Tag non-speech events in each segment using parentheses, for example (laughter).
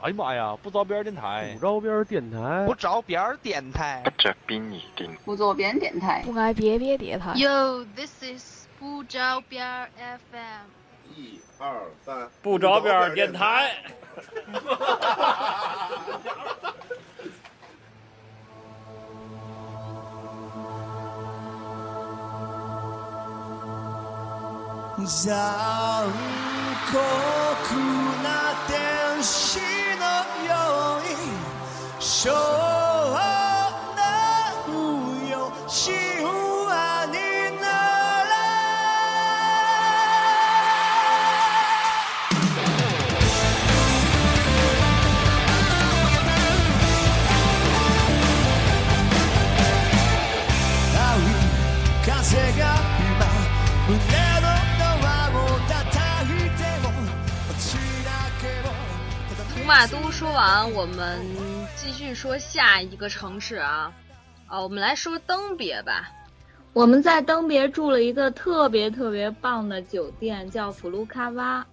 哎呀妈呀，不着边儿电台不，着边儿电台不，着边儿电台不，着边儿电不走边电台。不挨别别叠台， Yo, this is 不着边儿 FM。一二三，不着边儿电台。残酷な天使のように少年よ神話になれ青い風が今胸のドアを叩いても落ちだけをただ見つめ古马都说完，我们继续说下一个城市啊，啊，我们来说登别吧。我们在登别住了一个特别特别棒的酒店，叫福卢卡哇。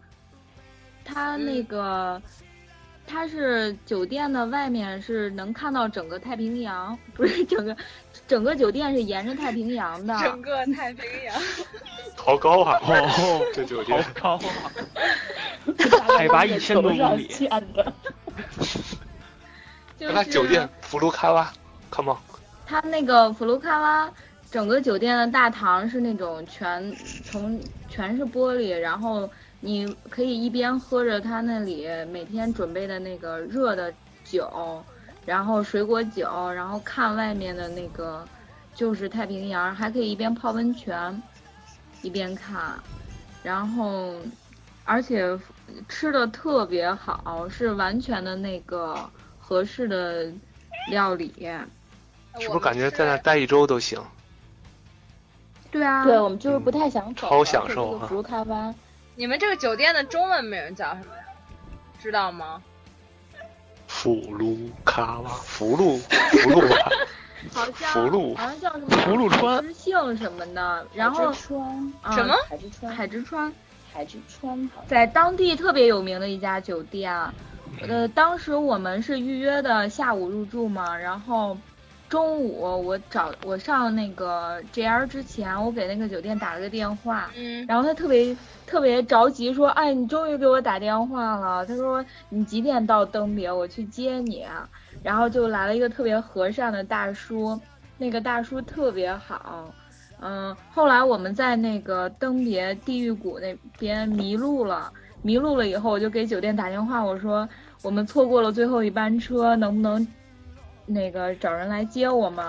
它嗯那个，它是酒店的外面是能看到整个太平洋，不是整个，整个酒店是沿着太平洋的。整个太平洋，好高啊！ (laughs) 这酒店好高 (laughs) 啊，海拔一 (laughs) 千多公里，就是那酒店福禄开挖，come on，它那个福卢卡拉整个酒店的大堂是那种全从全是玻璃，然后你可以一边喝着它那里每天准备的那个热的酒，然后水果酒，然后看外面的那个就是太平洋，还可以一边泡温泉，一边看，然后而且吃的特别好，是完全的那个合适的料理。是不是感觉在那待一周都行？对啊，对，我们就是不太想走嗯了，超享受啊不如开湾。你们这个酒店的中文名叫什么呀？知道吗？福禄开挖，福禄福禄啊吧，好像福禄好像叫什么福禄川海之杏什么的，然后海之川，啊什么海之川，海之川海之川好像在当地特别有名的一家酒店，嗯呃，当时我们是预约的下午入住嘛，然后中午我找我上那个 JR 之前，我给那个酒店打了个电话，嗯，然后他特别特别着急说：“哎，你终于给我打电话了。”他说：“你几点到登别？我去接你。”啊然后就来了一个特别和善的大叔，那个大叔特别好。嗯，后来我们在那个登别地狱谷那边迷路了，迷路了以后我就给酒店打电话，我说我们错过了最后一班车，能不能那个找人来接我们？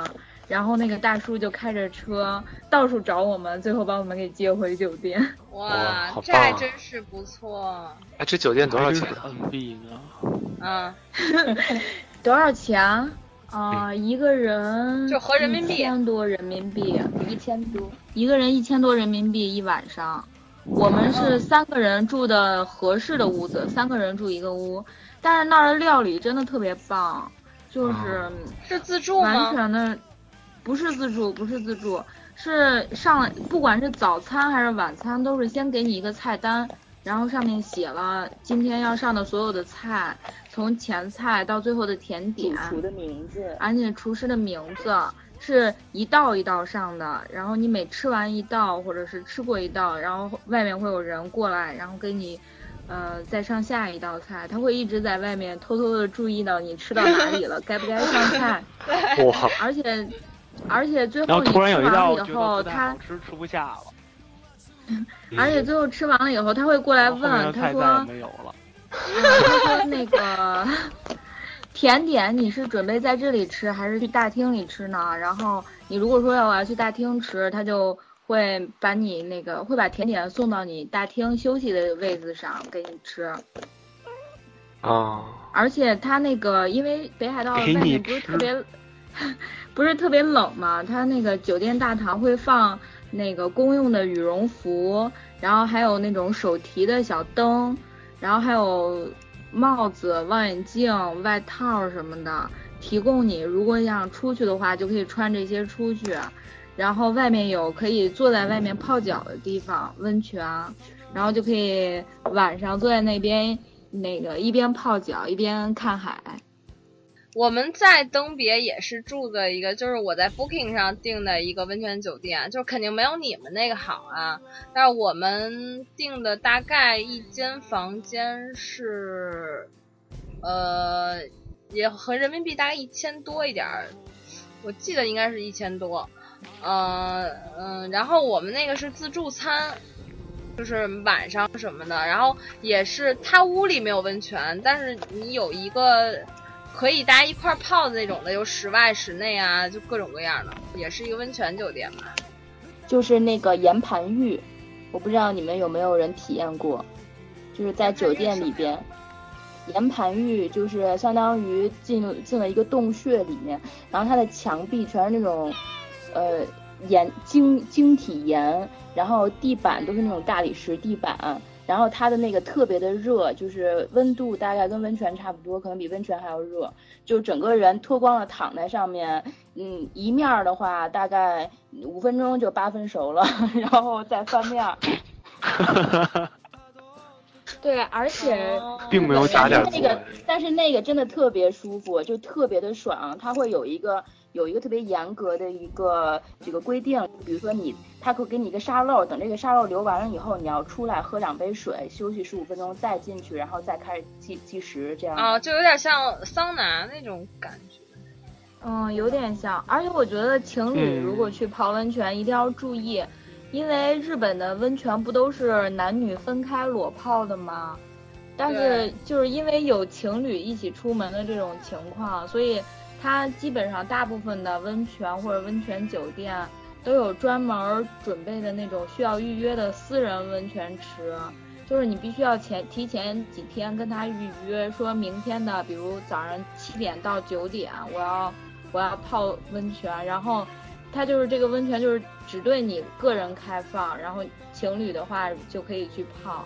然后那个大叔就开着车到处找我们，最后把我们给接回酒店。哇哇好，这棒还啊真是不错。哎，这酒店多少钱啊？ NB 呢？嗯， (laughs) 多少钱？啊、一个人就合人民币一千多人民币，一千多，一个人一千多人民币一晚上。我们是三个人住的合适的屋子，三个人住一个屋，但是那儿的料理真的特别棒，就是是自助完吗？全的，不是自助，不是自助，是上来不管是早餐还是晚餐，都是先给你一个菜单，然后上面写了今天要上的所有的菜，从前菜到最后的甜主点，厨的名字，而且厨师的名字是一道一道上的，然后你每吃完一道或者是吃过一道，然后外面会有人过来，然后给你，呃，再上下一道菜，他会一直在外面偷偷的注意到你吃到哪里了，该不该上菜，哇，而且，而且最然后后你突然有吃一完道了觉以得后，不太他好吃，吃不下了，嗯而且最后吃完了以后，他会过来哦然后后面问，的他菜说，嗯再也没有了。他说那个甜点你是准备在这里吃，还是去大厅里吃呢？然后你如果说要我要去大厅吃，他就会把你那个会把甜点送到你大厅休息的位子上给你吃。啊，而且它那个因为北海道外给你面不是特别， (laughs) 不是特别冷嘛，它那个酒店大堂会放那个公用的羽绒服，然后还有那种手提的小灯，然后还有帽子、望远镜、外套什么的，提供你如果想出去的话就可以穿这些出去。然后外面有可以坐在外面啊泡脚的地方，温泉，然后就可以晚上坐在那边那个一边泡脚一边看海。我们在登别也是住的一个，就是我在 Booking 上订的一个温泉酒店，就是肯定没有你们那个好啊。但是我们订的大概一间房间是，呃，也合人民币大概一千多一点儿，我记得应该是一千多。呃嗯、然后我们那个是自助餐，就是晚上什么的，然后也是他屋里没有温泉，但是你有一个可以大家一块儿泡的那种的，有室外、室内啊，就各种各样的，也是一个温泉酒店嘛。就是那个岩盘浴，我不知道你们有没有人体验过，就是在酒店里边，岩盘浴就是相当于进进了一个洞穴里面，然后它的墙壁全是那种，呃，岩晶晶体岩，然后地板都是那种大理石地板。然后它的那个特别的热，就是温度大概跟温泉差不多，可能比温泉还要热。就整个人脱光了躺在上面，嗯，一面儿的话大概五分钟就八分熟了， (laughs) 然后再翻面 (laughs) 儿。对，而且并没有打点但是作那用个，但是那个真的特别舒服，就特别的爽。它会有一个有一个特别严格的一个这个规定，比如说你，它会给你一个沙漏，等这个沙漏流完了以后，你要出来喝两杯水，休息十五分钟，再进去，然后再开始计计时，这样。啊，就有点像桑拿那种感觉。嗯，有点像，而且我觉得情侣如果去泡温泉一定要注意，因为日本的温泉不都是男女分开裸泡的吗？但是对就是因为有情侣一起出门的这种情况，所以它基本上大部分的温泉或者温泉酒店都有专门儿准备的那种需要预约的私人温泉池。就是你必须要前提前几天跟他预约，说明天的，比如早上七点到九点，我要我要泡温泉，然后他就是这个温泉就是只对你个人开放，然后情侣的话就可以去泡。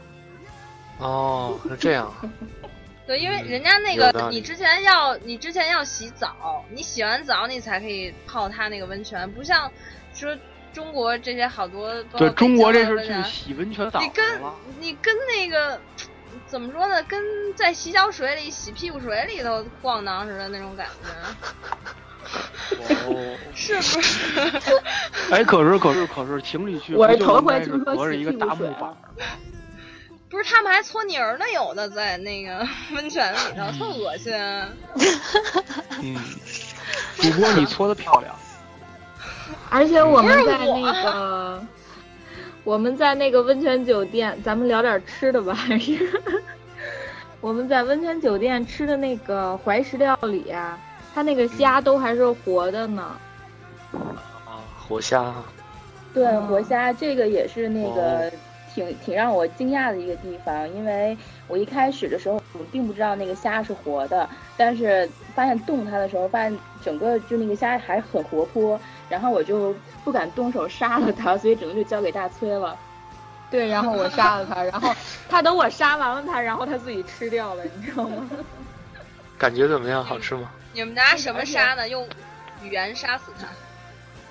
哦，是这样，对，因为嗯人家那有道个理你之前要你之前要洗澡，你洗完澡你才可以泡他那个温泉，不像说中国这些好多包括对北中国京这是啊温去泉洗温泉澡你跟了，你跟那个怎么说呢，跟在洗脚水里洗屁股水里头逛荡似的那种感 (laughs) 觉，哦， (laughs) 是不是？哎，可是可是可是情侣去，我是不就头应回该是听说隔着洗一个屁股大木水板啊儿不是，他们还搓泥儿呢，有的在那个 (laughs) 温泉里头，特恶心。嗯，主播你搓的漂亮，而且我们在不是我那个我们在那个温泉酒店，咱们聊点吃的吧，还是我们在温泉酒店吃的那个怀石料理啊，它那个虾嗯都还是活的呢。啊，活虾，对，嗯活虾这个也是那哦个挺挺让我惊讶的一个地方，因为我一开始的时候我并不知道那个虾是活的，但是发现动它的时候，发现整个就那个虾还很活泼，然后我就不敢动手杀了它，所以只能就交给大崔了。对，然后我杀了他，然后他等我杀完了他，然后他自己吃掉了，你知道吗？感觉怎么样？好吃吗？你们拿什么杀呢？用语言杀死他。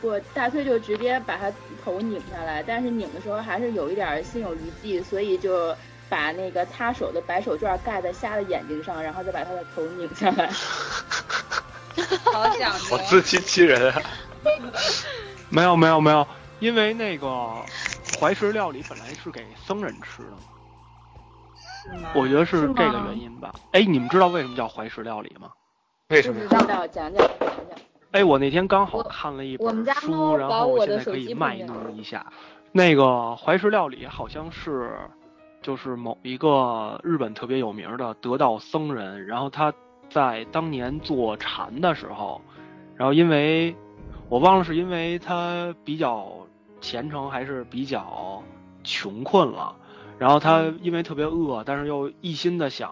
我大崔就直接把它 (laughs) 头拧下来，但是拧的时候还是有一点儿心有余悸，所以就把那个擦手的白手绢盖在虾的眼睛上，然后再把它的头拧下来。好讲我究。自欺欺人啊！没有没有没有，因为那个怀石料理本来是给僧人吃的嘛，我觉得是这个原因吧。哎，你们知道为什么叫怀石料理吗？为什么？道道讲讲讲讲。哎，我那天刚好我看了一我们本家书，猫然把后我现的在手可以机卖碰见弄一下。那个怀石料理好像是，就是某一个日本特别有名的得道僧人，然后他在当年做禅的时候，然后因为我忘了是因为他比较虔诚还是比较穷困了，然后他嗯因为特别饿，但是又一心的想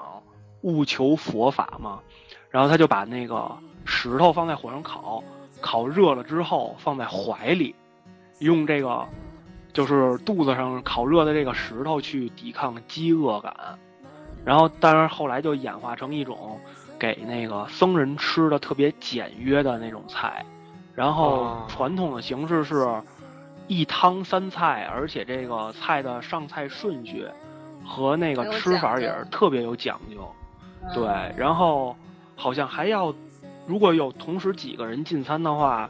务求佛法嘛，然后他就把那个石头放在火上烤，烤热了之后放在怀里，用这个就是肚子上烤热的这个石头去抵抗饥饿感，然后当然后来就演化成一种给那个僧人吃的特别简约的那种菜，然后哦传统的形式是一汤三菜，而且这个菜的上菜顺序和那个很有吃法讲也究是特别有讲究。嗯对，然后好像还要，如果有同时几个人进餐的话，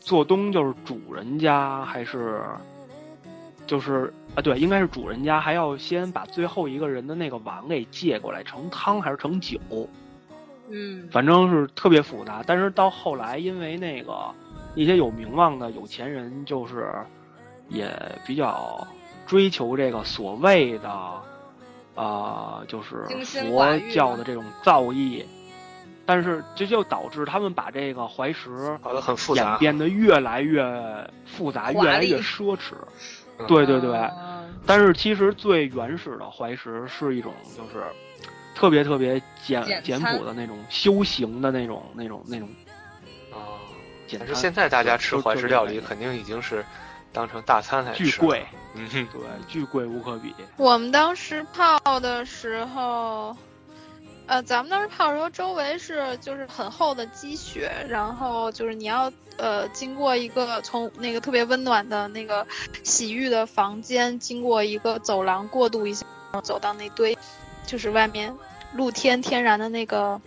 做东就是主人家还是，就是啊，对，应该是主人家还要先把最后一个人的那个碗给借过来盛汤还是盛酒，嗯反正是特别复杂。但是到后来，因为那个一些有名望的有钱人，就是也比较追求这个所谓的啊、呃就是精深寡佛欲吗教的这种造诣，但是这就导致他们把这个怀石搞得很复演杂。变得越来越复杂，华越来丽越奢侈。嗯对对对，嗯但是其实最原始的怀石是一种就是特别特别简简餐简朴的那种修行的那种那种那种啊哦，简但餐。是现在大家吃就怀石料理，就这种肯定已经是当成大餐来吃。巨贵，，嗯哼，对，巨贵无可比。我们当时泡的时候，呃，咱们当时泡的时候，周围是就是很厚的积雪，然后就是你要呃经过一个从那个特别温暖的那个洗浴的房间，经过一个走廊过渡一下，然后走到那堆就是外面露天天然的那个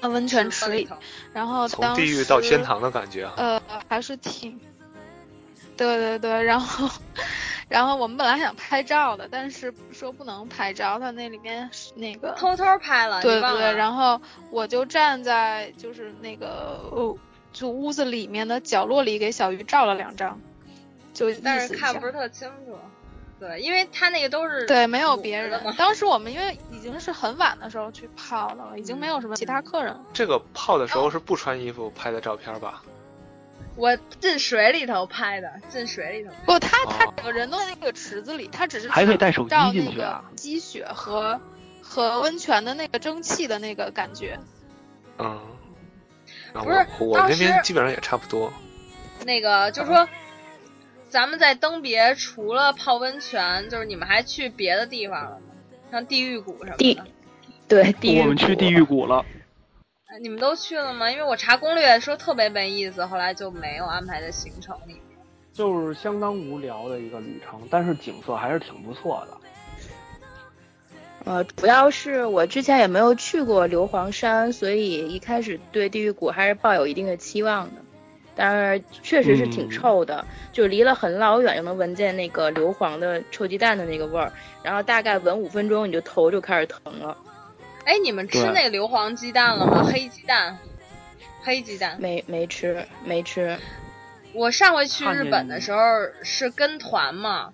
呃温泉池里，然哦后从当地狱到时天堂的感觉啊。呃，还是挺，对对对，然后，然后我们本来想拍照的，但是说不能拍照，它那里面是那个，偷偷拍了，对你对忘对，了然后我就站在就是那个呃，就屋子里面的角落里给小鱼照了两张，就意但思是一看下不是特清楚，对，因为他那个都是对，没有裸别的人嘛。当时我们因为已经是很晚的时候去泡的了，已经没有什么其他客人了。这个泡的时候是不穿衣服拍的照片吧？我进水里头拍的，进水里头拍的不，他他哦整个人都在那个池子里，他只是还可以带手机照进那去个啊积雪和和温泉的那个蒸汽的那个感觉。嗯，啊，不是我我当那边时基本上也差不多。那个，嗯就是说，咱们在登别除了泡温泉，就是你们还去别的地方了吗？像地狱谷什么地的，对，地狱我们去谷地狱谷了，你们都去了吗？因为我查攻略说特别没意思，后来就没有安排在行程里。就是相当无聊的一个旅程，但是景色还是挺不错的。呃，主要是我之前也没有去过硫磺山，所以一开始对地狱谷还是抱有一定的期望的。但是确实是挺嗯臭的，就离了很老远就能闻见那个硫磺的臭鸡蛋的那个味儿，然后大概闻五分钟你就头就开始疼了。哎，你们吃对那个硫磺鸡蛋了吗？黑鸡蛋，黑鸡蛋。没没吃，没吃。我上回去看日见本你的时候是跟团嘛，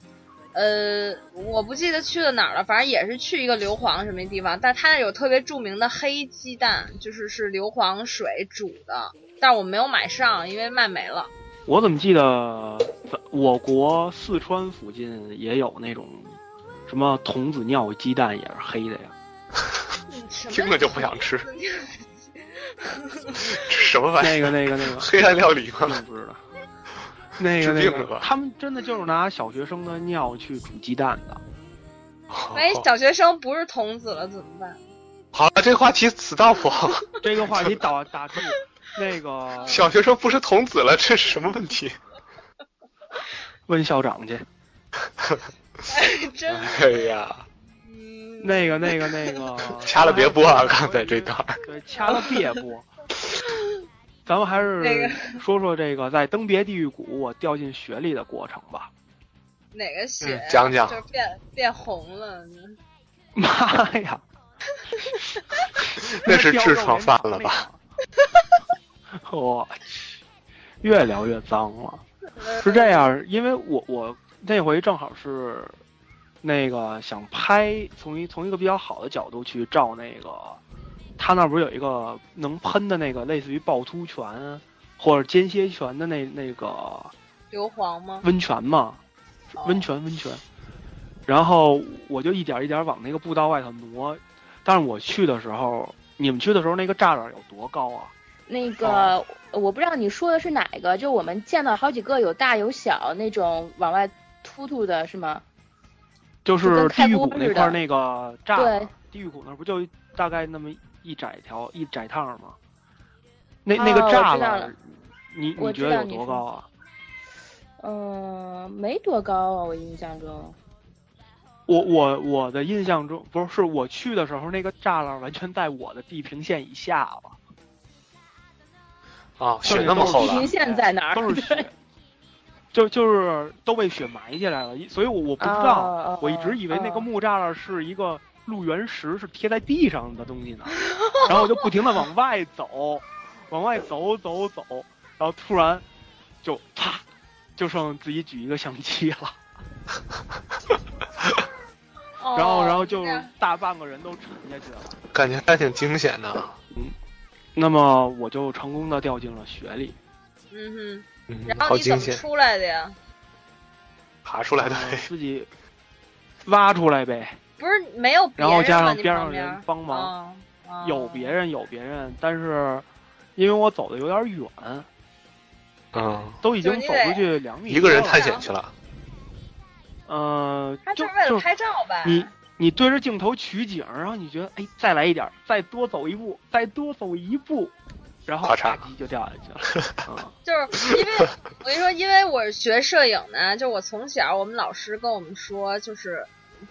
呃，我不记得去了哪儿了，反正也是去一个硫磺什么地方，但它那有特别著名的黑鸡蛋，就是是硫磺水煮的，但我没有买上，因为卖没了。我怎么记得在我国四川附近也有那种什么童子尿鸡蛋也是黑的 (laughs) 呀？嗯什么听着就不想 (laughs) 吃什么玩意那个那个那个儿？黑暗料 (laughs) 理我吗？不知道。 (laughs) 那个治那病了个吧，他们真的就是拿小学生的尿去煮鸡蛋的。万一小学生不是童子了怎么办？ (laughs) 好了，这话题 stop。这个话题打打住。那个 (laughs) 小学生不是童子了，这是什么问 (laughs) 题？问校长去。真哎呀，嗯， (laughs) 那个那个那个，掐了别播啊！刚才这段儿，对，掐了别播。咱们还那个是说说这个在登别地狱谷我掉进雪里的过程吧。哪个血、嗯讲讲就是变变红了。妈呀， (laughs) 那是痔疮犯了吧？ (laughs) 我去，越聊越脏了。是这样，因为我我那回正好是那个想拍，从一从一个比较好的角度去照那个，他那儿不是有一个能喷的那个类似于趵突泉或者间歇泉的那那个硫磺吗？温泉嘛，哦温泉温泉。然后我就一点一点往那个步道外头挪，但是我去的时候，你们去的时候那个栅栏有多高啊？那个、哦我不知道你说的是哪个，就我们见到好几个有大有小那种往外突突的，是吗？就就是地跟开狱锅谷那似块儿的那个栅栏对，地狱谷那儿不就大概那么一窄条一窄趟儿吗？那那哦个我知栅道栏了，你你我觉知得道有你多说高啊？嗯、没多高啊，我印象中。我我我的印象中不是，是我去的时候那个栅栏完全在我的地平线以下了，啊，就是雪那么都是厚地了平，线在哪 (laughs) 儿？都是雪，就就是都被雪埋起来了，所以我我不知道，哦我一直以为那个木栅栏是一个路缘石，是贴在地上的东西 (laughs) 呢，然后我就不停的往外走，往外走走走，然后突然就啪，就剩自己举一个相机了。哦然后，然后就大半个人都沉下去了。感觉还挺惊险的。啊那么我就成功的掉进了雪里，嗯嗯哼，然后好你怎惊么险出来的呀？爬出来的，自己挖出来呗。不是没有别然后人加吗？上你边上旁边人帮忙，哦哦有别人有别人，但是因为我走的有点远， (laughs) 嗯，都已经就是你走得出去两米。一个人探险去。了，呃，他就就是为就了拍照吧？你你对着镜头取景，然后你觉得哎，再来一点儿，再多走一步，再多走一步，然后咔啪嚓叽就掉下去 (laughs) 了。 (laughs) 嗯就是因为我跟你说，因为我是学摄影的，就我从小我们老师跟我们说，就是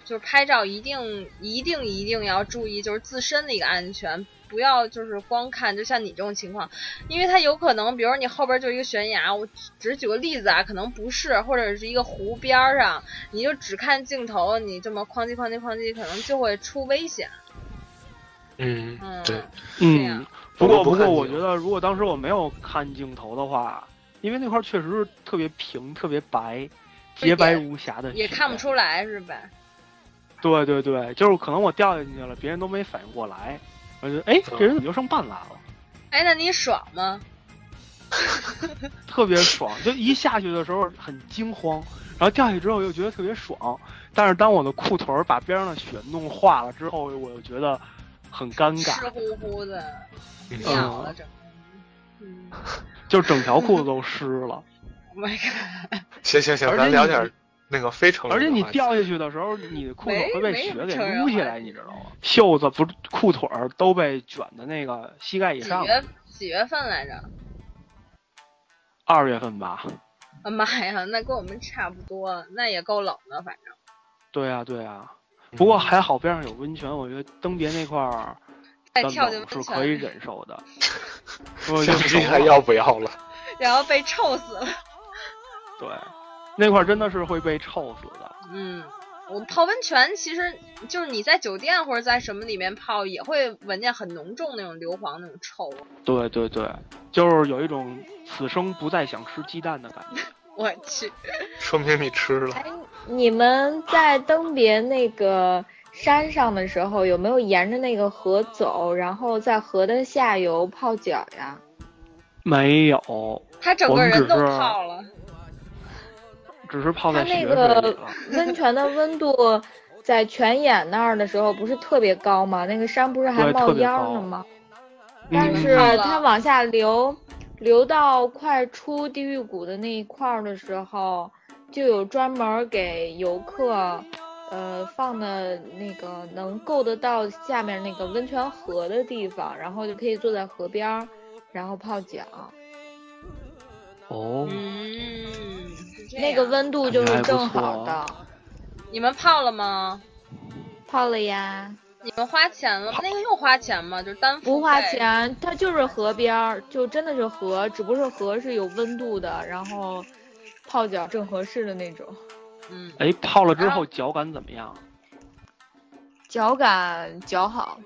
就是拍照一定一定一定要注意，就是自身的一个安全，不要就是光看，就像你这种情况，因为它有可能，比如你后边就一个悬崖，我只举个例子啊，可能不是，或者是一个湖边儿上，你就只看镜头，你这么哐叽哐叽哐叽，可能就会出危险。嗯，对，嗯，啊不过我们不不看过，我镜觉得如果当时我没有看镜头的话，因为那块儿确实是特别平、特别白、洁白无瑕的也雪看不出来是吧？对对对，就是可能我掉进去了，别人都没反应过来，我就哎，嗯这人怎么就剩半拉了？哎，那你爽吗？特别爽，就一下去的时候很惊慌，然后掉下去之后又觉得特别爽，但是当我的裤腿儿把边上的雪弄化了之后，我又觉得很尴湿尬，乎乎的，嗯尿了整。嗯就整条裤子都湿 (laughs) 了。 ，Oh my god！行行行，而且咱你聊点那个非成人而且的你话题掉下去的时候，你的裤腿没会被没什雪么啊给成人撸起话来，你知道吗？袖子不是裤腿儿都被卷的那个膝盖以几上。月几月份来着？二月份吧？啊妈呀，那跟我们差不多，那也够冷的，反正。对啊，对啊。不过还好边上有温泉，我觉得登别那块儿再的跳进冷是温可以泉，忍 (laughs) 受的。我就相机熟还了要不要了？然后被臭死了。对，那块儿真的是会被臭死的。嗯，我泡温泉其实就是你在酒店或者在什么里面泡，也会闻见很浓重那种硫磺那种臭味。对对对，就是有一种此生不再想吃鸡蛋的感觉。我去，说明你吃了，哦你们在登别那个山上的时候，有没有沿着那个河走，然后在河的下游泡脚呀？没有，他整我个们人只都是泡了。只是泡它在雪水那里了个。温泉的温度在泉眼那儿的时候不是特别高吗？那个山不是还对冒特别烟儿高呢吗？嗯但嗯是嗯它往下流，流到快出地狱谷的那一块儿的时候，就有专门给游客，呃，放的那个能够得到下面那个温泉河的地方，然后就可以坐在河边儿，然后泡脚。哦，嗯，是这那个样温度就感是觉哎还不正好错的啊，你们泡了吗？泡了呀。你们花钱了吗？那个用花钱吗？就是单付不花费。钱，它就是河边儿，就真的是河，只不过是河是有温度的，然后泡脚正合适的那种。嗯，哎，泡了之后脚感怎么样？脚感脚好，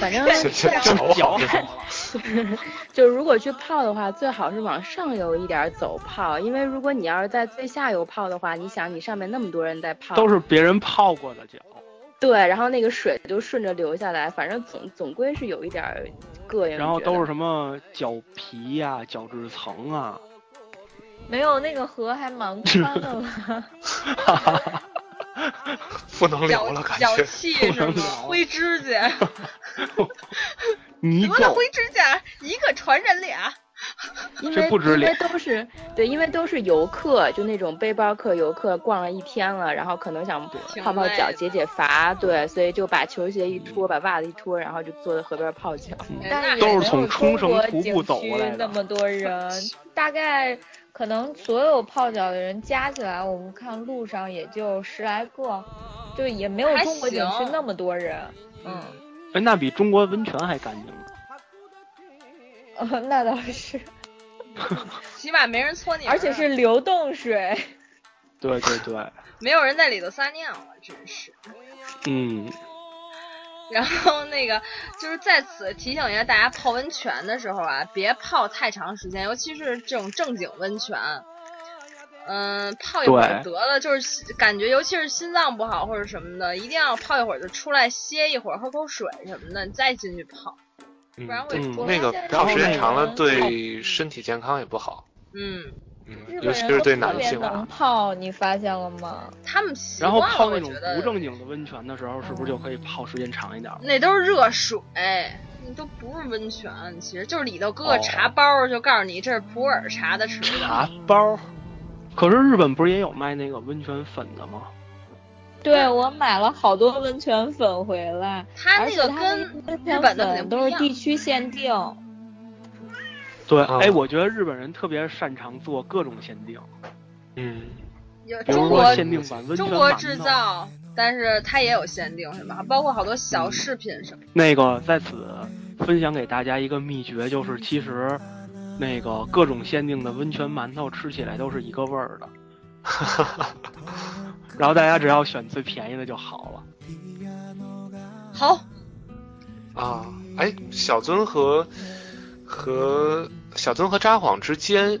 反正脚好脚好了。就如果去泡的话，最好是往上游一点儿走泡，因为如果你要是在最下游泡的话，你想你上面那么多人在泡，都是别人泡过的脚。对，然后那个水就顺着流下来，反正总总归是有一点儿膈应。然后觉得都是什么脚皮呀、角质层啊，没有那个河还蛮宽的了。不能聊脚了，感脚觉气不是能吗聊？灰指甲，泥 (laughs) 你们的垢。灰指甲一个传人俩。因这为不值因为脸都是对，因为都是游客，就那种背包客游客，逛了一天了，然后可能想挺泡泡累脚的解解乏，对，所以就把球鞋一脱，把袜子一脱，然后就坐在河边泡脚。嗯哎但都也是没有从中冲绳国徒步景走过区来的那么多 (laughs) 人，大概可能所有泡脚的人加起来，我们看路上也就十来个，就也没有还中国景区行那么多人。 (laughs) 嗯，哎，那比中国温泉还干净呢。呃，那倒是，起码没人搓你，而且是流动水。对对对，没有人在里头撒尿啊，真是。嗯，然后那个就是在此提醒一下大家，泡温泉的时候啊，别泡太长时间，尤其是这种正经温泉。嗯，泡一会儿对得了，就是感觉，尤其是心脏不好或者什么的，一定要泡一会儿就出来歇一会儿，喝口水什么的，你再进去泡。嗯然会嗯我，那发个现泡日时本间长了人对身体健康也不好，嗯，日本尤其人是都对特男别性能啊。泡，你发现了吗？他们习然惯后了，泡那种我不觉得正经的温泉的时候，是不是就可以泡时间长一点了？那都是热水，那都不是温泉，其实就是里头搁个哦茶包儿，就告诉你这是普洱茶的池子。茶包。嗯可是日本不是也有卖那个温泉粉的吗？对我买了好多温泉粉回来，它而那且个它跟那温日泉本的肯定粉不都一是样地区限定。哎对，哎，我觉得日本人特别擅长做各种限定，嗯，有比如中说国限定版温泉中馒国头。制造，但是它也有限定，是吧？包括好多小嗯饰品什么的。那个在此分享给大家一个秘诀，就是嗯其实那个各种限定的温泉馒头吃起来都是一个味儿 (laughs) 的，然后大家只要选最便宜的就好了。好，啊，哎，小尊和和小尊和札幌之间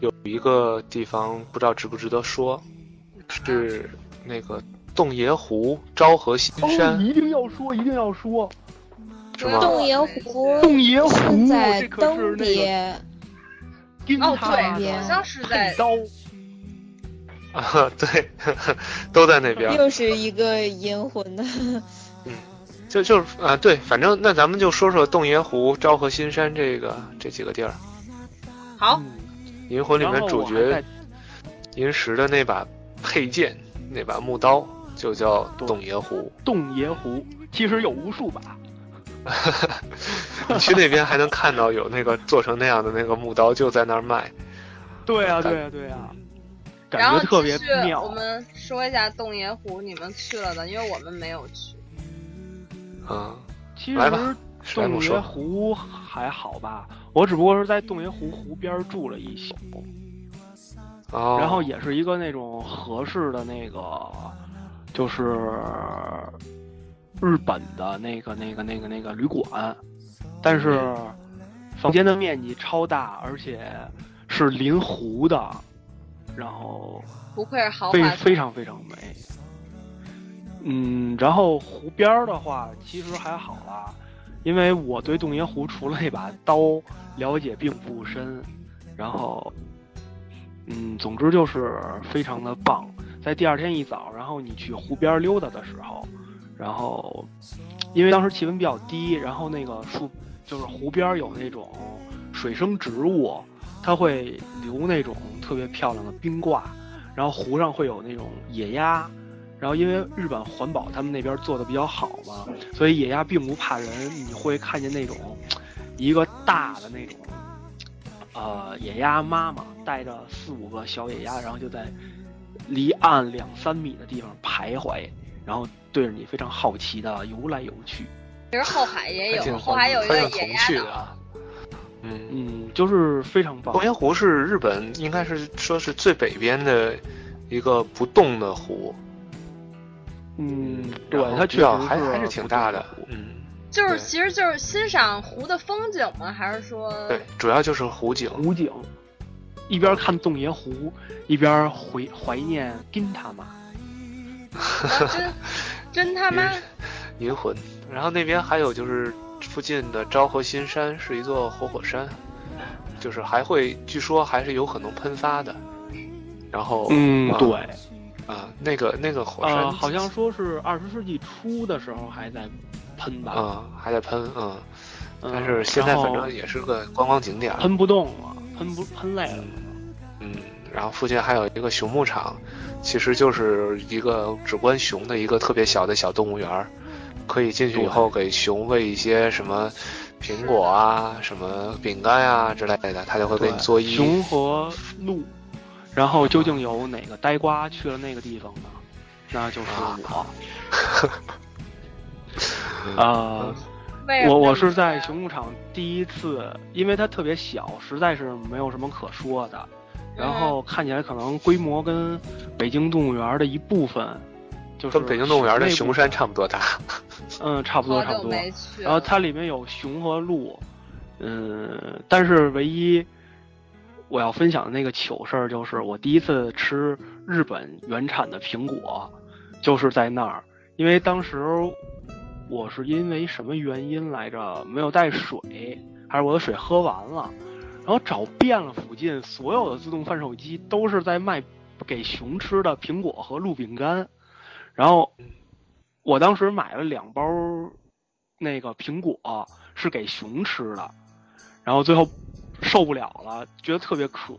有一个地方，不知道值不值得说，是那个洞爷湖昭和新山，哦一定要说，一定要说，是吗？洞爷湖，洞爷湖是在哦这可是登那个别，金哦，塔对，好像是在佩刀，啊， (laughs) 对，都在那边儿。又是一个银魂的。就就是啊、对，反正那咱们就说说洞爷湖、昭和新山这个这几个地儿，好嗯《银魂》里面主角银石的那把佩剑，那把木刀就叫洞爷湖。 (laughs) 洞爷湖其实有无数把，你去那边还能看到有那个做成那样的那个木刀，就在那儿卖。对啊，对啊，对啊，然感后觉特继别续，妙我。们说一下洞爷湖，你们去了的，因为我们没有去。啊、其来实吧史莱洞姆爷说湖还好吧，我只不过是在洞爷湖湖边儿住了一宿，哦，然后也是一个那种合适的那个，就是日本的那个那个那个那个旅馆，但是房间的面积超大，而且是临湖的，然后不愧是豪非华，非常非常美。嗯，然后湖边儿的话，其实还好啦，因为我对洞爷湖除了那把刀了解并不深，然后，嗯，总之就是非常的棒。在第二天一早，然后你去湖边儿溜达的时候，然后因为当时气温比较低，然后那个树就是湖边儿有那种水生植物，它会留那种特别漂亮的冰挂，然后湖上会有那种野鸭，然后因为日本环保他们那边做的比较好嘛，所以野鸭并不怕人，你会看见那种一个大的那种呃野鸭妈妈带着四五个小野鸭，然后就在离岸两三米的地方徘徊，然后对着你非常好奇的游来游去。其实后海也还挺有，后环海有一还个挺野童鸭趣岛的。啊。嗯，嗯，就是非常棒洞。爷湖是日本应该是说是最北边的一个不动的湖，嗯，对然，后它比确实较还还是是挺不大错的湖。嗯，就是对其实就是欣赏湖的风景吗？还是说对，主要就是湖景。湖景，一边看洞爷湖，一边怀怀念金塔玛。哇真 (laughs) 真他妈银魂。然后那边还有就是附近的昭和新山是一座活火山，就是还会据说还是有可能喷发的。然后嗯啊对，啊，那个那个火山呃，好像说是二十世纪初的时候还在喷吧，啊还在喷嗯，嗯但是现在然后反正也是个观光景点儿喷不动了，喷不喷累了。嗯。然后附近还有一个熊牧场，其实就是一个只观熊的一个特别小的小动物园儿，可以进去以后给熊喂一些什么苹果啊、什么饼干呀、之类的，它就会给你做一熊和鹿，然后究竟有哪个呆瓜去了那个地方呢？那就是我。(laughs) 啊、为什我么这我么啊是在熊牧场第一次，因为它特别小，实在是没有什么可说的。然后嗯看起来可能规模跟北京动物园的一部分，就是跟北京动物园的内部熊山差不多大。嗯，差不多好久差不多没去。然后它里面有熊和鹿，嗯，但是唯一我要分享的那个糗事儿就是，我第一次吃日本原产的苹果，就是在那儿，因为当时我是因为什么原因来着，没有带水，还是我的水喝完了，然后找遍了附近所有的自动贩售机都是在卖给熊吃的苹果和鹿饼干，然后我当时买了两包那个苹果、是给熊吃的，然后最后受不了了，觉得特别渴，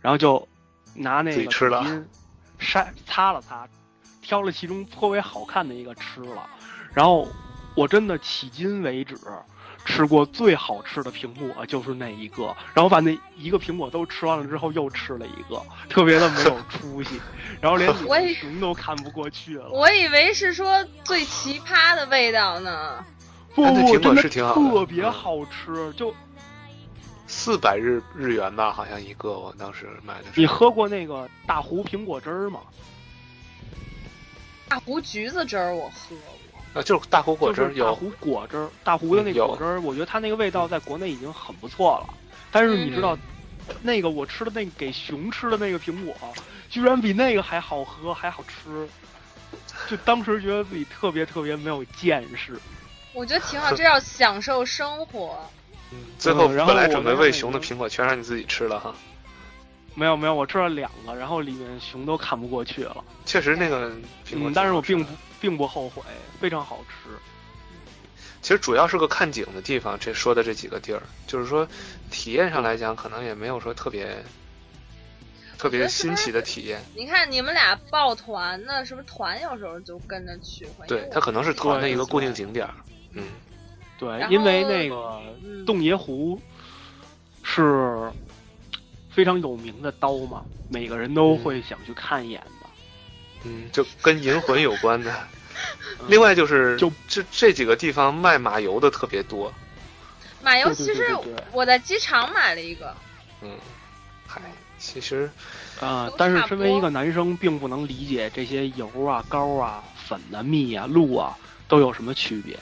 然后就拿那自己个吃了纸 (laughs) 巾筛擦了擦，挑了其中颇为好看的一个吃了，然后我真的迄今为止吃过最好吃的苹果就是那一个，然后把那一个苹果都吃完了之后又吃了一个，特别的没有出息，然后连你我们也熊都看不过去了。我以为是说最奇葩的味道呢。不但那不，苹果真的是挺好的嗯特别好吃。就 (laughs) 四百日日元吧，好像一个，我当时买的时候。你喝过那个大湖苹果汁儿吗？大湖橘子汁儿我喝过，啊，就是大湖果汁就是大有湖果汁儿，大湖的那有果汁儿，我觉得它那个味道在国内已经很不错了。但是你知嗯道，那个我吃的那个给熊吃的那个苹果，居然比那个还好喝，还好吃。就当时觉得自己特别特别没有见识。我觉得挺 (laughs) 好，这叫享受生活。最后嗯然后本来我准备那喂个嗯熊的苹果全让你自己吃了哈。没有没有，我吃了两个，然后里面熊都看不过去了。确实那个苹果挺好吃的、嗯，但是我并不并不后悔，非常好吃。其实主要是个看景的地方，这说的这几个地儿，就是说体验上来讲，可能也没有说特别特别新奇的体验。你看你们俩抱团呢，是不是团有时候就跟着去会？因对为，我它可能是团的一个固定景点儿。嗯，对然，因为后那个嗯洞爷湖是非常有名的刀嘛，每个人都会想去看一眼的。嗯，就跟银魂有 (laughs) 关的。嗯嗯另外就是，就这这几个地方卖马油的特别多。马油对对其实对对对我在机场买了一个，嗯，嗨，其实啊、都但是差不身为一多个男生，并不能理解这些油啊、膏啊、粉啊、蜜啊、露啊都有什么区别。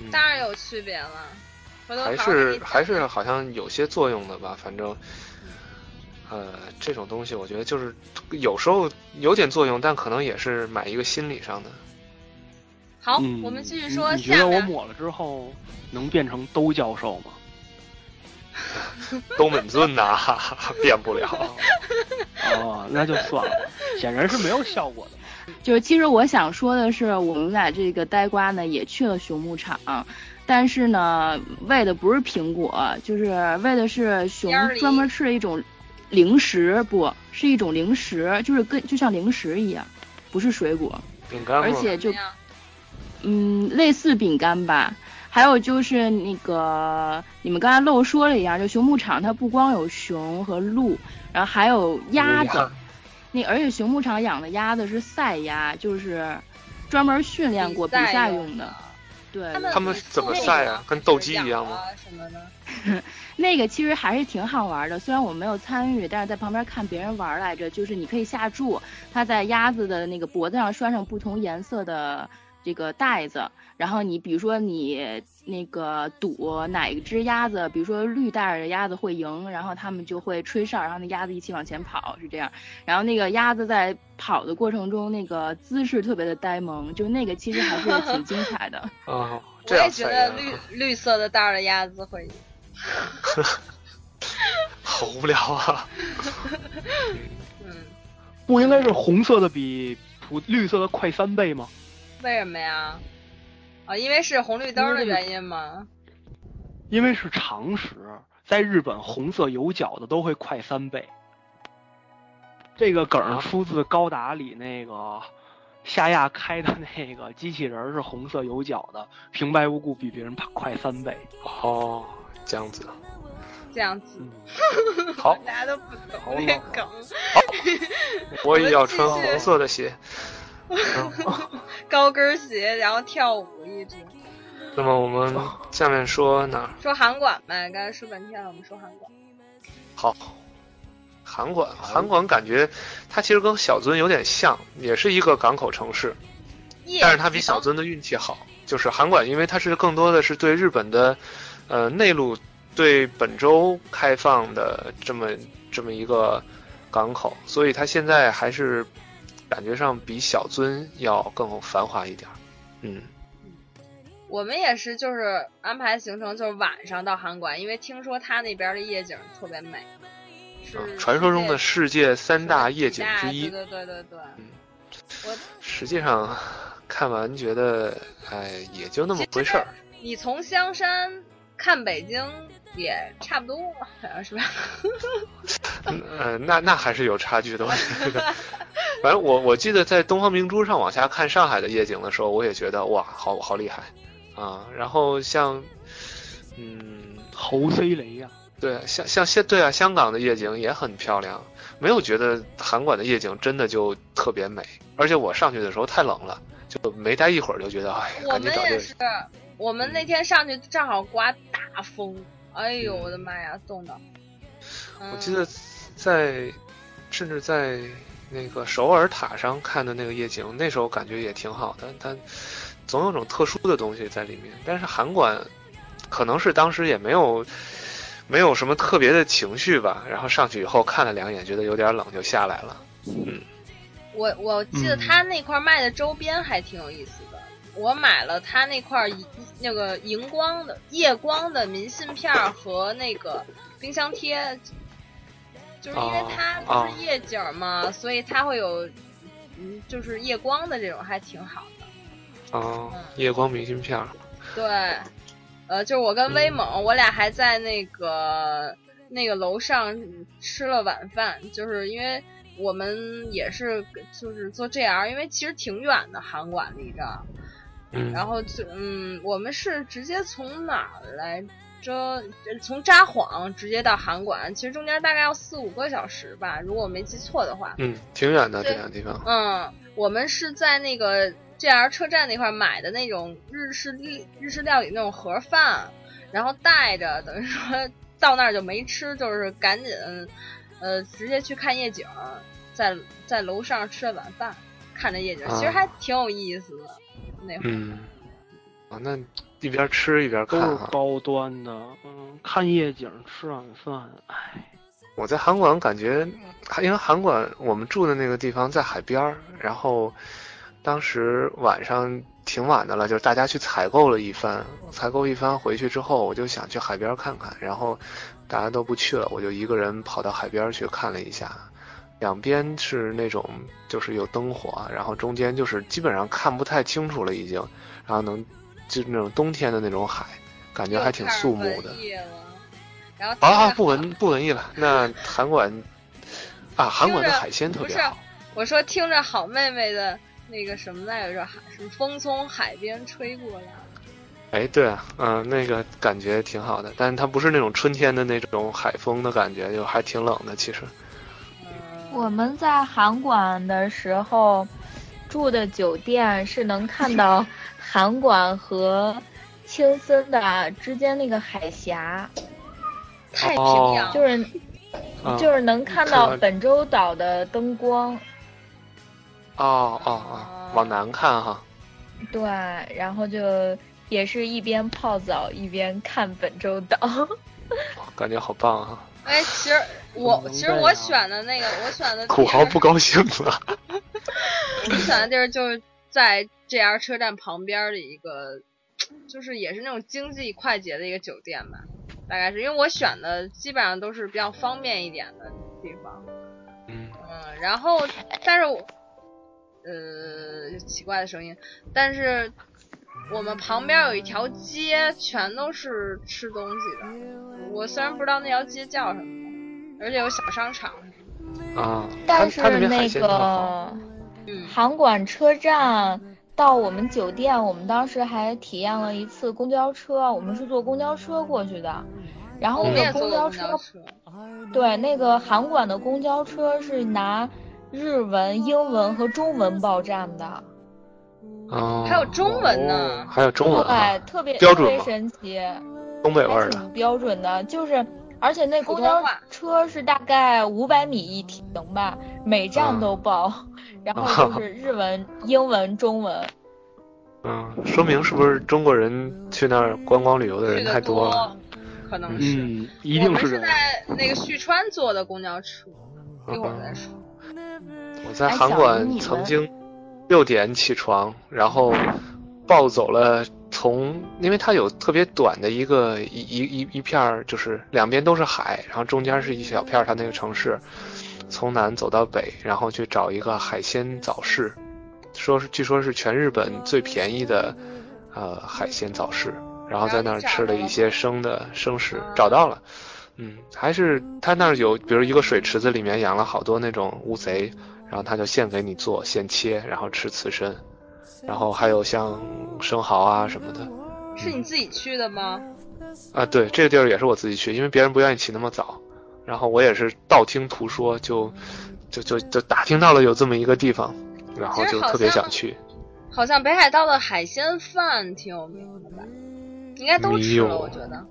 嗯当然有区别了。回头还好好给你是讲还是好像有些作用的吧，反正，呃，这种东西我觉得就是有时候有点作用，但可能也是买一个心理上的。好，嗯，我们继续你说你觉下得我面。抹了之后能变成兜教授吗？东本尊呐、 (laughs) 哈哈，变不 (laughs) 了。哦，那就算了，显然是没有效果的。就是其实我想说的是，我们俩这个呆瓜呢也去了熊牧场，但是呢喂的不是苹果，就是喂的是熊烟儿梨专门吃的一种零食，不是一种零食，就是跟就像零食一样，不是水果，饼干而吗？且怎就么样嗯类似饼干吧。还有就是那个你们刚才漏说了一样，就熊牧场它不光有熊和鹿，然后还有鸭有子。那而且熊牧场养的鸭子是赛鸭，就是专门训练过比比赛赛用的。对，们他们怎么晒啊跟斗鸡一样吗？啊什么的，那个其实还是挺好玩的，虽然我没有参与，但是在旁边看别人玩来着，就是你可以下注，它在鸭子的那个脖子上拴上不同颜色的这个带子，然后你比如说你那个赌哪一只鸭子，比如说绿带儿的鸭子会赢，然后他们就会吹哨，然后那鸭子一起往前跑，是这样。然后那个鸭子在跑的过程中，那个姿势特别的呆萌，就那个其实还是挺精彩的。哦，我这也样觉晒得呀啊绿绿色的袋儿的鸭子会赢。好无聊啊！嗯，不应该是红色的比普绿色的快三倍吗？为什么呀？啊，因为是红绿灯的原因吗？因为是常识，在日本红色有角的都会快三倍。这个梗儿出自高达里那个夏亚开的那个机器人儿是红色有角的，平白无故比别人快三倍。哦，这样子，这样子，嗯， (laughs) 好，大家都不好懂冷这啊梗。我也要穿红色的鞋。高跟鞋，然后跳舞一直。那么我们哦下面说哪儿？说韩馆呗，刚才说半天了，我们说韩馆。好，韩馆，韩馆感觉它其实跟小樽有点像，也是一个港口城市，但是它比小樽的运气好。就是韩馆，因为它是更多的是对日本的，呃，内陆对本州开放的这么这么一个港口，所以它现在还是感觉上比小樽要更繁华一点儿。嗯，我们也是，就是安排行程，就是晚上到韩馆，因为听说他那边的夜景特别美，是、嗯传说中的世界三大夜景大之一。对对对对对。我实际上 (laughs) 看完觉得，哎，也就那么回事儿。你从香山看北京也差不多，好 (laughs) 像是吧？嗯、呃，那那还是有差距的。 (laughs) 我觉得，反正我我记得在东方明珠上往下看上海的夜景的时候，我也觉得哇，好好厉害啊。然后像，嗯，侯 C 雷呀、对，像像现对啊，香港的夜景也很漂亮，没有觉得韩馆的夜景真的就特别美。而且我上去的时候太冷了，就没待一会儿就觉得，哎，我赶紧们找地也儿嗯是，我们那天上去正好刮大风，哎呦我的妈呀，冻的。嗯、我嗯记得在，甚至在那个首尔塔上看的那个夜景，那时候感觉也挺好的，但总有种特殊的东西在里面。但是韩馆可能是当时也没 (laughs) 有没有什么特别的情绪吧，然后上去以后看了两眼，觉得有点冷就下来了。嗯，我我记得他那块卖的周边还挺有意思的，我买了他那块儿荧那个荧光的夜光的明信片儿和那个冰箱贴，就是因为它哦不是夜景儿嘛，所以它会有嗯就是夜光的这种还挺好的。哦，夜光明信片儿，对，呃，就是我跟威猛，我俩还在那个那个楼上吃了晚饭，就是因为我们也是就是坐 JR，因为其实挺远的，韩馆离着。嗯然后就嗯，我们是直接从哪儿来着？从札幌直接到韩馆，其实中间大概要四五个小时吧，如果我没记错的话。嗯，挺远的这对两个地方。嗯，我们是在那个 JR 车站那块儿买的那种日式料日式料理那种盒饭，然后带着，等于说 (laughs) 到那儿就没吃，就是赶紧，呃，直接去看夜景，在在楼上吃了晚饭，看着夜景，其实啊还挺有意思的。那会儿，嗯，啊，那一边吃一边都看是哈。高端的。嗯，看夜景，吃晚饭，哎，我在韩馆感觉，因为韩馆我们住的那个地方在海边儿，然后当时晚上挺晚的了，就是大家去采购了一番，采购一番回去之后，我就想去海边儿看看，然后大家都不去了，我就一个人跑到海边儿去看了一下，两边是那种就是有灯火，啊然后中间就是基本上看不太清楚了已经，然后能就是那种冬天的那种海，感觉还挺肃穆的。又开始文艺了。然后好听好，着不文不文艺了。那韩馆啊，韩馆的听着海鲜特不别是好。，我说听着好妹妹的那个什么来着，海什么风从海边吹过来。哎，对啊，嗯、那个感觉挺好的，但它不是那种春天的那种海风的感觉，就还挺冷的。其实，嗯我们在韩馆的时候住的酒店是能 (laughs) 看到韩馆和青森的之间那个海峡，太平哦洋就是、啊、就是嗯能看看到到本州岛的灯光，哦哦哦，往南看哈。对，然后就也是一边泡澡一边看本州 (laughs) 岛。感觉好棒啊！哎，其实我能其实这我样选的那个，我选的土地豪儿不高兴了。我选的地儿就是在 JR 车站旁边的一个，就是也是那种经济快捷的一个酒店吧，大概是因为我选的基本上都是比较方便一点的地方。嗯嗯，然后但是我，呃，奇怪的声音，但是我们旁边有一条街，全都是吃东西的。我虽然不知道那条街叫什么，而且有小商场。啊，它但是它那边海那鲜特好。个嗯韩馆车站到我们酒店，我们当时还体验了一次公交车，我们是坐公交车过去的。然嗯嗯后我那们也个坐公过交公车，交车，对，那个韩馆的公交车是拿日文、英文和中文报站的，哦，还有中文呢，还有中文啊，对，特别标特准别吗神奇，东北味还儿挺的，标准的，就是。而且那公交车是大概五百米一停吧，每站嗯都报，然后啊就是日文、英文、中文，嗯，说明是不是中国人去那儿观光旅游的人太多了？可能是。嗯，一定我们是这是样。在那个旭川坐的公交车，一会儿再说。我在哎韩小林馆你曾们经六点起床，然后暴走了从，因为它有特别短的一个一一一一片儿，就是两边都是海，然后中间是一小片儿它那个城市，从南走到北，然后去找一个海鲜早市，说是据说是全日本最便宜的呃海鲜早市，然后在那儿吃了一些生的生食，啊找到了。嗯，还是他那儿有，比如一个水池子里面养了好多那种乌贼，然后他就现给你做，现切，然后吃刺身，然后还有像生蚝啊什么的。是你自己去的吗？啊，对，这个地儿也是我自己去，因为别人不愿意起那么早，然后我也是道听途说，就就就就打听到了有这么一个地方，然后嗯其实就好特别像想去。好像北海道的海鲜饭挺有名的吧？应该都吃没了，有我觉得。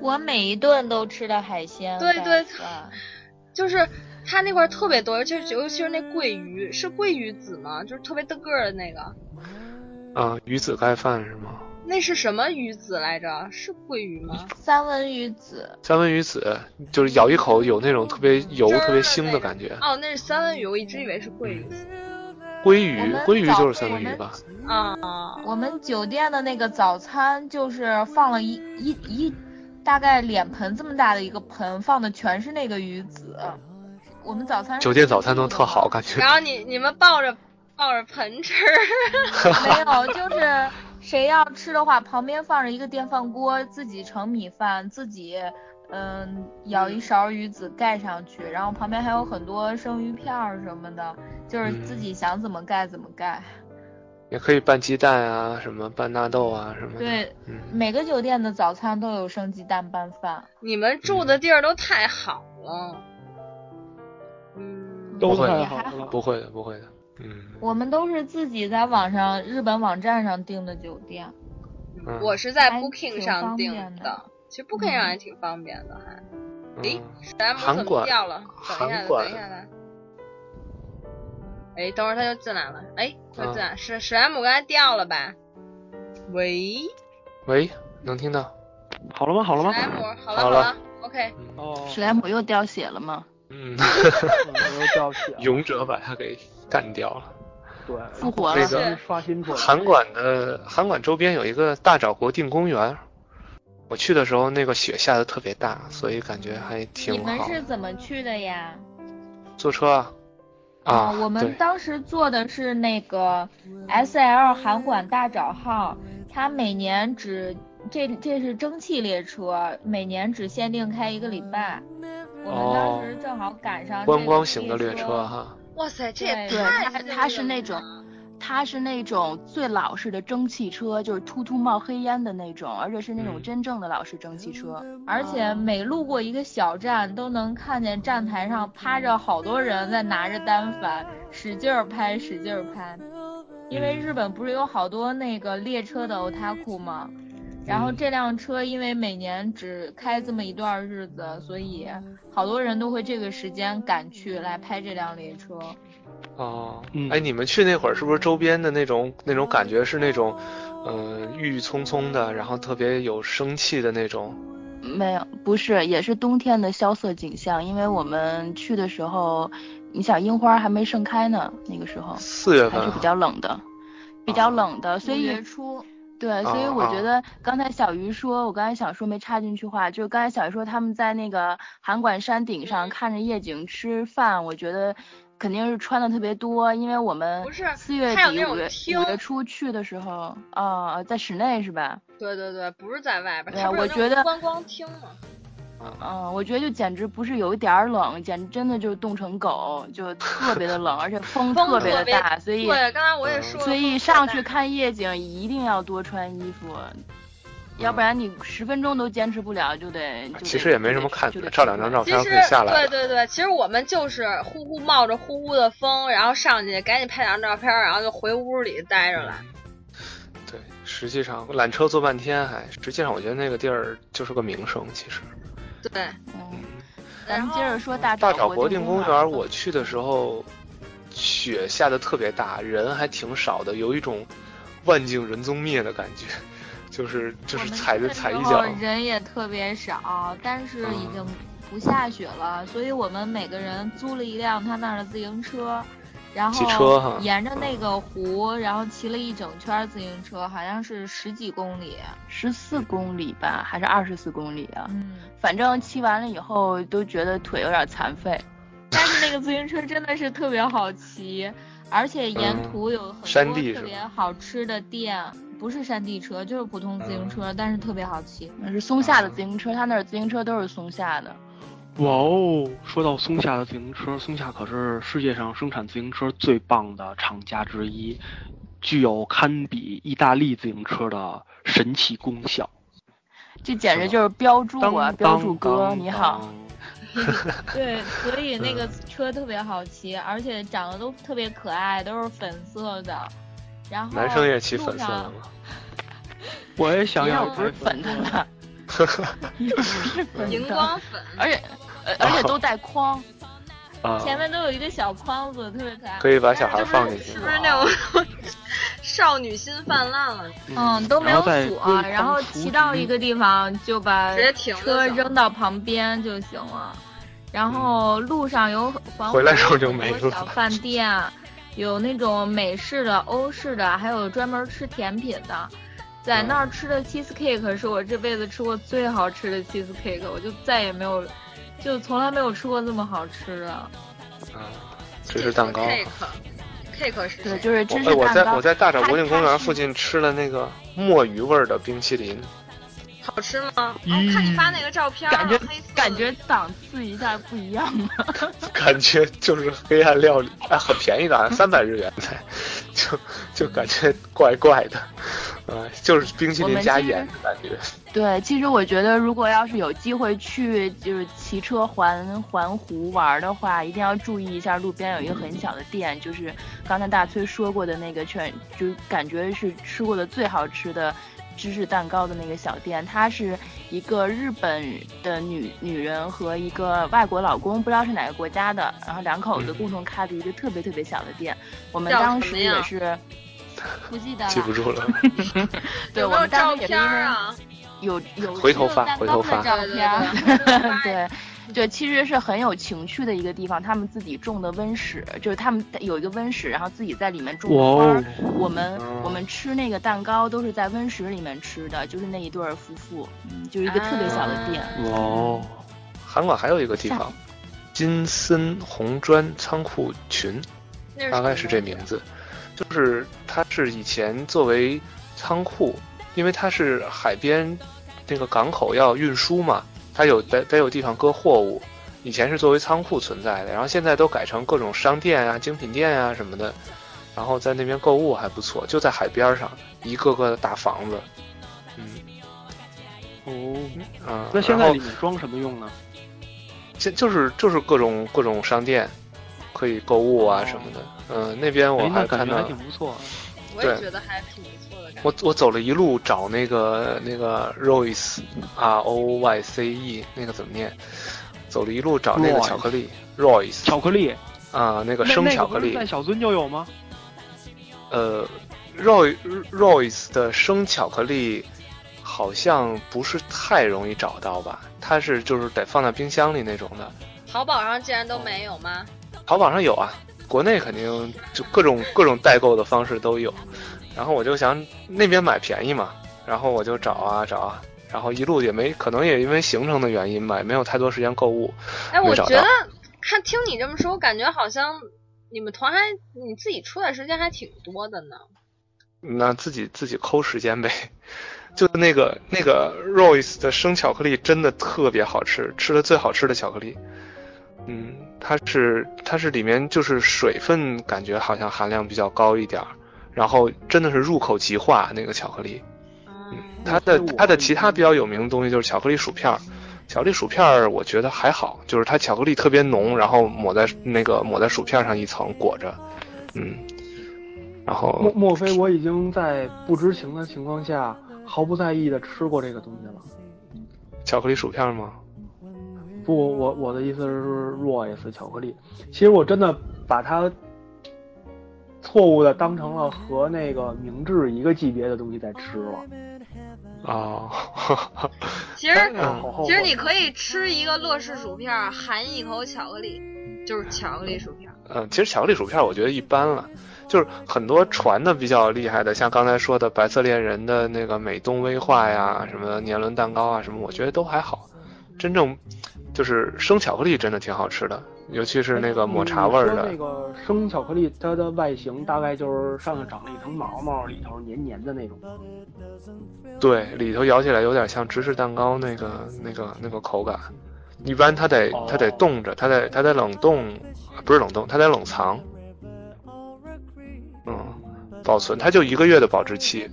我每一顿都吃的海鲜对对饭呃饭就是它那块儿特别多，尤其是尤其是那桂鱼，是桂鱼子吗？就是特别大个儿的那个，啊、鱼子盖饭是吗？那是什么鱼子来着？是桂鱼吗？三文鱼子。三文鱼子就是咬一口有那种特别油、特别腥的感觉。哦，那是三文鱼，我一直以为是桂鱼嗯鲑鱼我们，鲑鱼早就是上三文我鱼们嗯吧？啊。我们酒店的那个早餐就是放了一一一大概脸盆这么大的一个盆，放的全是那个鱼子。我们早餐是酒店早餐都特好，感觉然后你你们抱着抱着盆吃，没有，就是谁要吃的话，旁边放着一个电饭锅，自己盛米饭，自己嗯舀一勺鱼子盖上去，然后旁边还有很多生鱼片儿什么的，就是自己想怎么盖怎么盖。 (laughs) 也可以拌鸡蛋啊，什么拌纳豆啊，什么的。对，嗯每个酒店的早餐都有生鸡蛋拌饭。你们住的地儿都太好了。不会也还的，好不会的，不会的。嗯我们都是自己在网上日本网站上订的酒店。嗯，我是在还 Booking 挺上方订便的其实 Booking 上也挺方便的，还。嗯诶，史莱姆韩怎么馆掉了？韩，等一下等一馆下来。哎，等会儿他就进来了。哎，他就进啊来，史史莱姆刚才掉了吧？喂，喂，能听到？好了吗？好了吗史？莱姆，好了好了了，OK，哦，史莱姆又掉血了吗？嗯， (laughs) 我又掉血了。勇者把他给干掉了。对，复活那了个刷新出来。韩馆的韩馆周边有一个大沼国定公园，我去的时候那个雪下的特别大，所以感觉还你挺们好。是怎么去的呀？坐车啊？啊，哦我们对当时坐的是那个 S L 韩馆大沼号，它每年只这这是蒸汽列车，每年只限定开一个礼拜。我们当时正好赶上这个哦观光型的列车车啊哈。哇塞，这对也对，太它幸它运是了那种，它是那种最老式的蒸汽车，就是突突冒黑烟的那种，而且是那种嗯真正的老式蒸汽车。而啊且每路过一个小站，都能看见站台上趴着好多人在拿着单反，使劲儿拍，使劲儿拍。因为嗯日本不是有好多那个列车的 otaku 吗？然后嗯这辆车因为每年只开这么一段日子，所以好多人都会这个时间赶去来拍这辆列车。哦，哎，你们去那会儿是不是周边的那种那种感觉是那种，呃，郁郁葱葱的，然后特别有生气的那种？没有，不是，也是冬天的萧瑟景象，因为我们去的时候，你想樱花还没盛开呢，那个时候四月份还是比啊较冷的，比较冷的，所五以月初，对，所以啊我啊觉得刚才小鱼说，我刚才想说没插进去话，就是刚才小鱼说他们在那个函馆山顶嗯上看着夜景吃饭，我觉得肯定是穿的特别多，因为我们不是四月它有底那种五月厅五月初去的时候，啊、在室内是吧？对对对，不是在外边儿，对它不是有我那觉种得观光厅吗？嗯、我觉得就简直不是有一点儿冷，简直真的就是冻成狗，就特别的冷，而且风风特别的大，所嗯以对，刚才我也说了，所以风特上大去看夜景一定要多穿衣服，要不然你十分钟都坚持不了，就得。就得嗯其实也没什么看就的得，照两张照其片实可以下来对了。对对，其实我们就是呼呼冒着呼呼的风，然后上去赶紧拍两张照片，然后就回屋里待着了。对，实际上缆车坐半天还，实际上我觉得那个地儿就是个名胜。其实对，咱们接着说大大沼国国定公公园，我去的时候雪下的特别大，人还挺少的，有一种万径人踪灭的感觉，就是就是踩着踩一然脚嗯后。哦人也特别少，但是已经不下雪了，所以我们每个人租了一辆他那儿的自行车，然骑车后哈沿着那个湖，然后骑了一整圈自行车，好像是十几公里。十四公里吧，还是二十四公里啊？嗯，反正骑完了以后都觉得腿有点残废。但是那个自行车真的是特别好骑，而且沿嗯途有很山多地特是别好吃的店，不是山地车，就是普通自嗯行车，但是特别好 (laughs) 骑。那是松下的自行车，他那儿自行车都是松下的。哇哦，说到松下的自行车，松下可是世界上生产自行车最棒的厂家之一，具有堪比意大利自行车的神奇功效。这简直就是标注啊，当标注哥，当你好。对，所以那嗯个车特别好骑，而且长得都特别可爱，都是粉色的。然后男生也骑粉色的哦路吗？我也想要你要不是粉的呢？ (laughs) 上荧光粉，而且呃而且都带框，啊，前面都有一个小框子，特别可爱。可以把小孩放进去是。不是那种少女心泛滥了？嗯，都没有锁，然后骑到一个地方就把直接停了车扔到旁边就行了。然后路上有环嗯回来时候就没有小了。饭店，有那种美式的、欧式的，还有专门吃甜品的。在那嗯儿吃的 cheesecake 是我这辈子吃过最好吃的 cheesecake，我就再也没有，就从来没有吃过这么好吃的。芝士啊蛋糕。 cake，cake 是对，就是我哎我在我在大沼国定公园附近吃了那个墨鱼味儿的冰淇 (laughs) 淋，好吃吗？哦，看你发那个照片，感觉黑色的感觉档次一下不一样了。感觉就是黑暗料理，哎，很便宜的， (laughs) 好像三百日元 (laughs) 才，就就感觉怪怪的，呃，就是冰淇淋加盐的感觉。对，其实我觉得，如果要是有机会去就是骑车环环湖玩儿的话，一定要注意一下路边有一个很小的店，就是刚才大崔说过的那个全，就感觉是吃过的最好吃的芝士蛋糕的那个小店，它是一个日本的女女人和一个外国老公，不知道是哪个国家的，然后两口嗯子共同开的一个特别特别小的店，我们叫当什时么也呀是。不记得记不住了，对，有我没有们当照时也是片因儿为啊？有有回头发这回个头蛋糕的发照片儿，对。对，其实是很有情趣的一个地方。他们自己种的温室，就是他们有一个温室，然后自己在里面种哇花哦儿。我们我们吃那个蛋糕都是在温室里面吃的，就是那一对儿夫妇，嗯，就是一个特别小的啊店。哇哦，韩馆还有一个 (laughs) 地方，金森红砖仓库群，那是大概是这名字，就是它是以前作为仓库，因为它是海边那个港口要运输嘛，它有得得有地方搁货物，以前是作为仓库存在的，然后现在都改成各种商店啊、精品店啊什么的，然后在那边购物还不错，就在海边上，一个个的大房子，哦，啊、那现然在后里面装什么用呢？这就是就是各种各种商店，可以购物啊什么的。嗯、那边我哦哎，那还感看觉到还，挺不错的。我也觉得还挺不错的感觉。我我走了一路找那个那个 Royce R O Y C E 那个怎么念？走了一路找那个 Royce 巧克力 Royce 巧克力啊、那那个生那巧不克是力，在小樽就有吗？呃，Roy Royce 的生巧克力好像不是太容易找到吧？它是就是得放在冰箱里那种的。淘宝上竟然都没有吗？淘宝上有啊，国内肯定就各种各种代购的方式都有。然后我就想那边买便宜嘛，然后我就找啊找啊，然后一路也没可能也因为行程的原因吧，也没有太多时间购物。哎，没我找觉得到。看听你这么说，我感觉好像你们团还你自己出来时间还挺多的呢。那自己自己抠时间呗。 (laughs) 就那个那个 Royce 的生巧克力真的特别好吃，吃的最好吃的巧克力。嗯，它是它是里面就是水分感觉好像含量比较高一点儿，然后真的是入口即化那个巧克力。嗯嗯它的它的其他比较有名的东西就是巧克力薯片儿，巧克力薯片儿我觉得还好，就是它巧克力特别浓，然后抹在那个抹在薯片上一层裹着，嗯，莫然后莫非我已经在不知情的情况下毫不在意的吃过这个东西了？巧克力薯片吗？不，我我的意思是 Royce 巧克力。其实我真的把它错误的当成了和那个明治一个级别的东西在吃了。哦， (laughs) 其实好后悔其实你可以吃一个乐事薯片儿，含一口巧克力，就是巧克力薯片儿。嗯，其实巧克力薯片我觉得一般了，就是很多传的比较厉害的，像刚才说的白色恋人的那个美东威化呀，什么年轮蛋糕啊，什么我觉得都还好。真正就是生巧克力真的挺好吃的，尤其是那个抹茶味嗯儿你说的那。个生巧克力，它的外形大概就是上头长了一层毛毛，里头黏黏的那种。对，里头咬起来有点像芝士蛋糕那个那个那个口感。一般它得它得冻着，它得它得冷冻，不是冷冻，它得冷藏。嗯，保存它就一个月的保质期。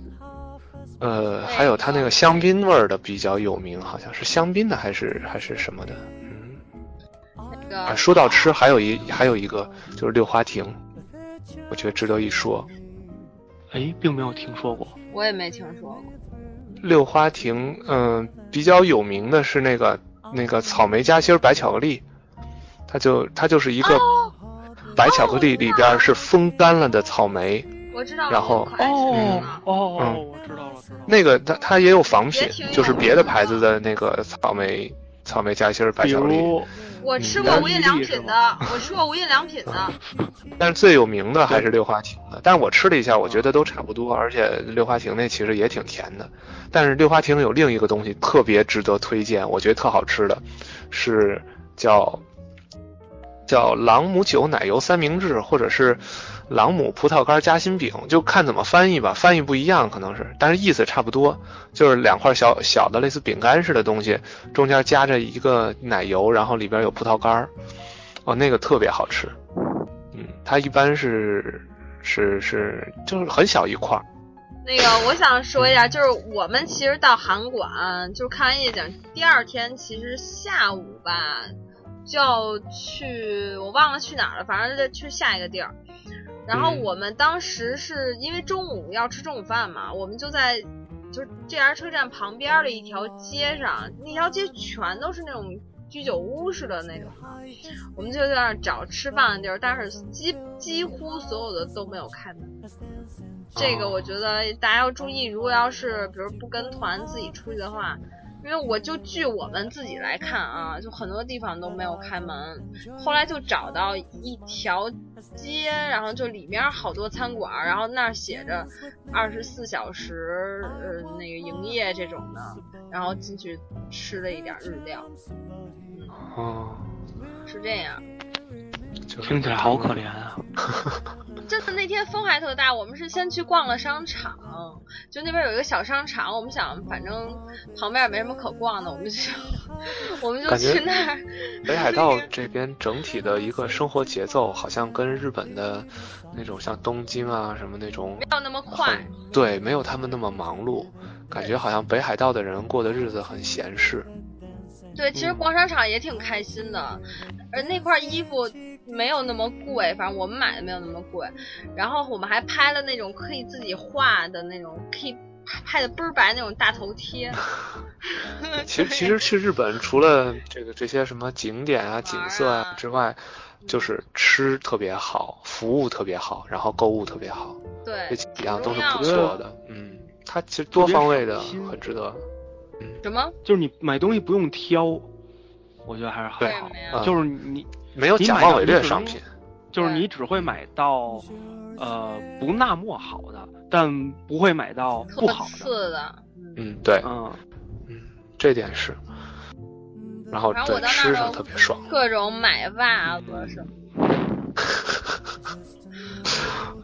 呃，还有它那个香槟味儿的比较有名，好像是香槟的还是还是什么的。那啊，个说到吃，还有一还有一个就是六花亭，我觉得值得一说。哎，并没有听说过。我也没听说过。六花亭，嗯、比较有名的是那个哦那个草莓夹心儿白巧克力，它就它就是一个哦白巧克力里边儿是风干了的草莓，哦我知道了，然后我可爱吃那个。哦嗯我知道了，知道了。那个它它也有仿品别提，了就是别的牌子的那个草莓草莓夹心儿白比巧克力，如我吃嗯过无印良品的，我吃过无印良品的。但是最有名的还是六花亭的。但是我吃了一下，我觉得都差不多，而且六花亭那其实也挺甜的。但是六花亭有另一个东西特别值得推荐，我觉得特好吃的，是叫叫朗姆酒奶油三明治，或者是朗姆葡萄干夹心饼，就看怎么翻译吧，翻译不一样可能是，但是意思差不多，就是两块小小的类似饼干似的东西，中间夹着一个奶油，然后里边有葡萄干儿，哦，那个特别好吃。嗯，它一般是是是就是很小一块儿，那个我想说一下，就是我们其实到韩馆就是看完夜景，第二天其实下午吧就要去，我忘了去哪儿了，反正就去下一个地儿。然后嗯我们当时是因为中午要吃中午饭嘛，我们就在就是 JR 车站旁边的一条街上，那条街全都是那种居酒屋似的那种，我们就在那儿找吃饭的地儿，但是几几乎所有的都没有开门。这个我觉得大家要注意，如果要是比如不跟团自己出去的话，因为我就据我们自己来看啊，就很多地方都没有开门。后来就找到一条街，然后就里面好多餐馆，然后那儿写着二十四小时呃那个营业这种的，然后进去吃了一点日料，哦，是这样。听起来好可怜啊！真的那天风还特大，我们是先去逛了商场，就那边有一个小商场，我们想反正旁边也没什么可逛的，我们就我们就感觉去那儿。北海道这边整体的一个生活节奏，好像跟日本的那种像东京啊什么那种，没有那么快，对，没有他们那么忙碌，感觉好像北海道的人过的日子很闲适。对，其实逛商场也挺开心的，而那块衣服没有那么贵，反正我们买的没有那么贵。然后我们还拍了那种可以自己画的那种，可以拍的倍儿白那种大头贴。嗯其实其实去日本除了这个这些什么景点啊、景色啊之外，就是吃特别好，服务特别好，然后购物特别好，对这几样都是很不重要错的。嗯，它其实多方位的，很值得。什么？就是你买东西不用挑，我觉得还是对还好，嗯就是你没有你假买冒到伪你劣只商能品，就是你只会买到呃不那么好的，但不会买到不好的。次的。嗯，对，嗯这点是。然后反对正我到吃那儿上都特别爽，各种买袜子什么的。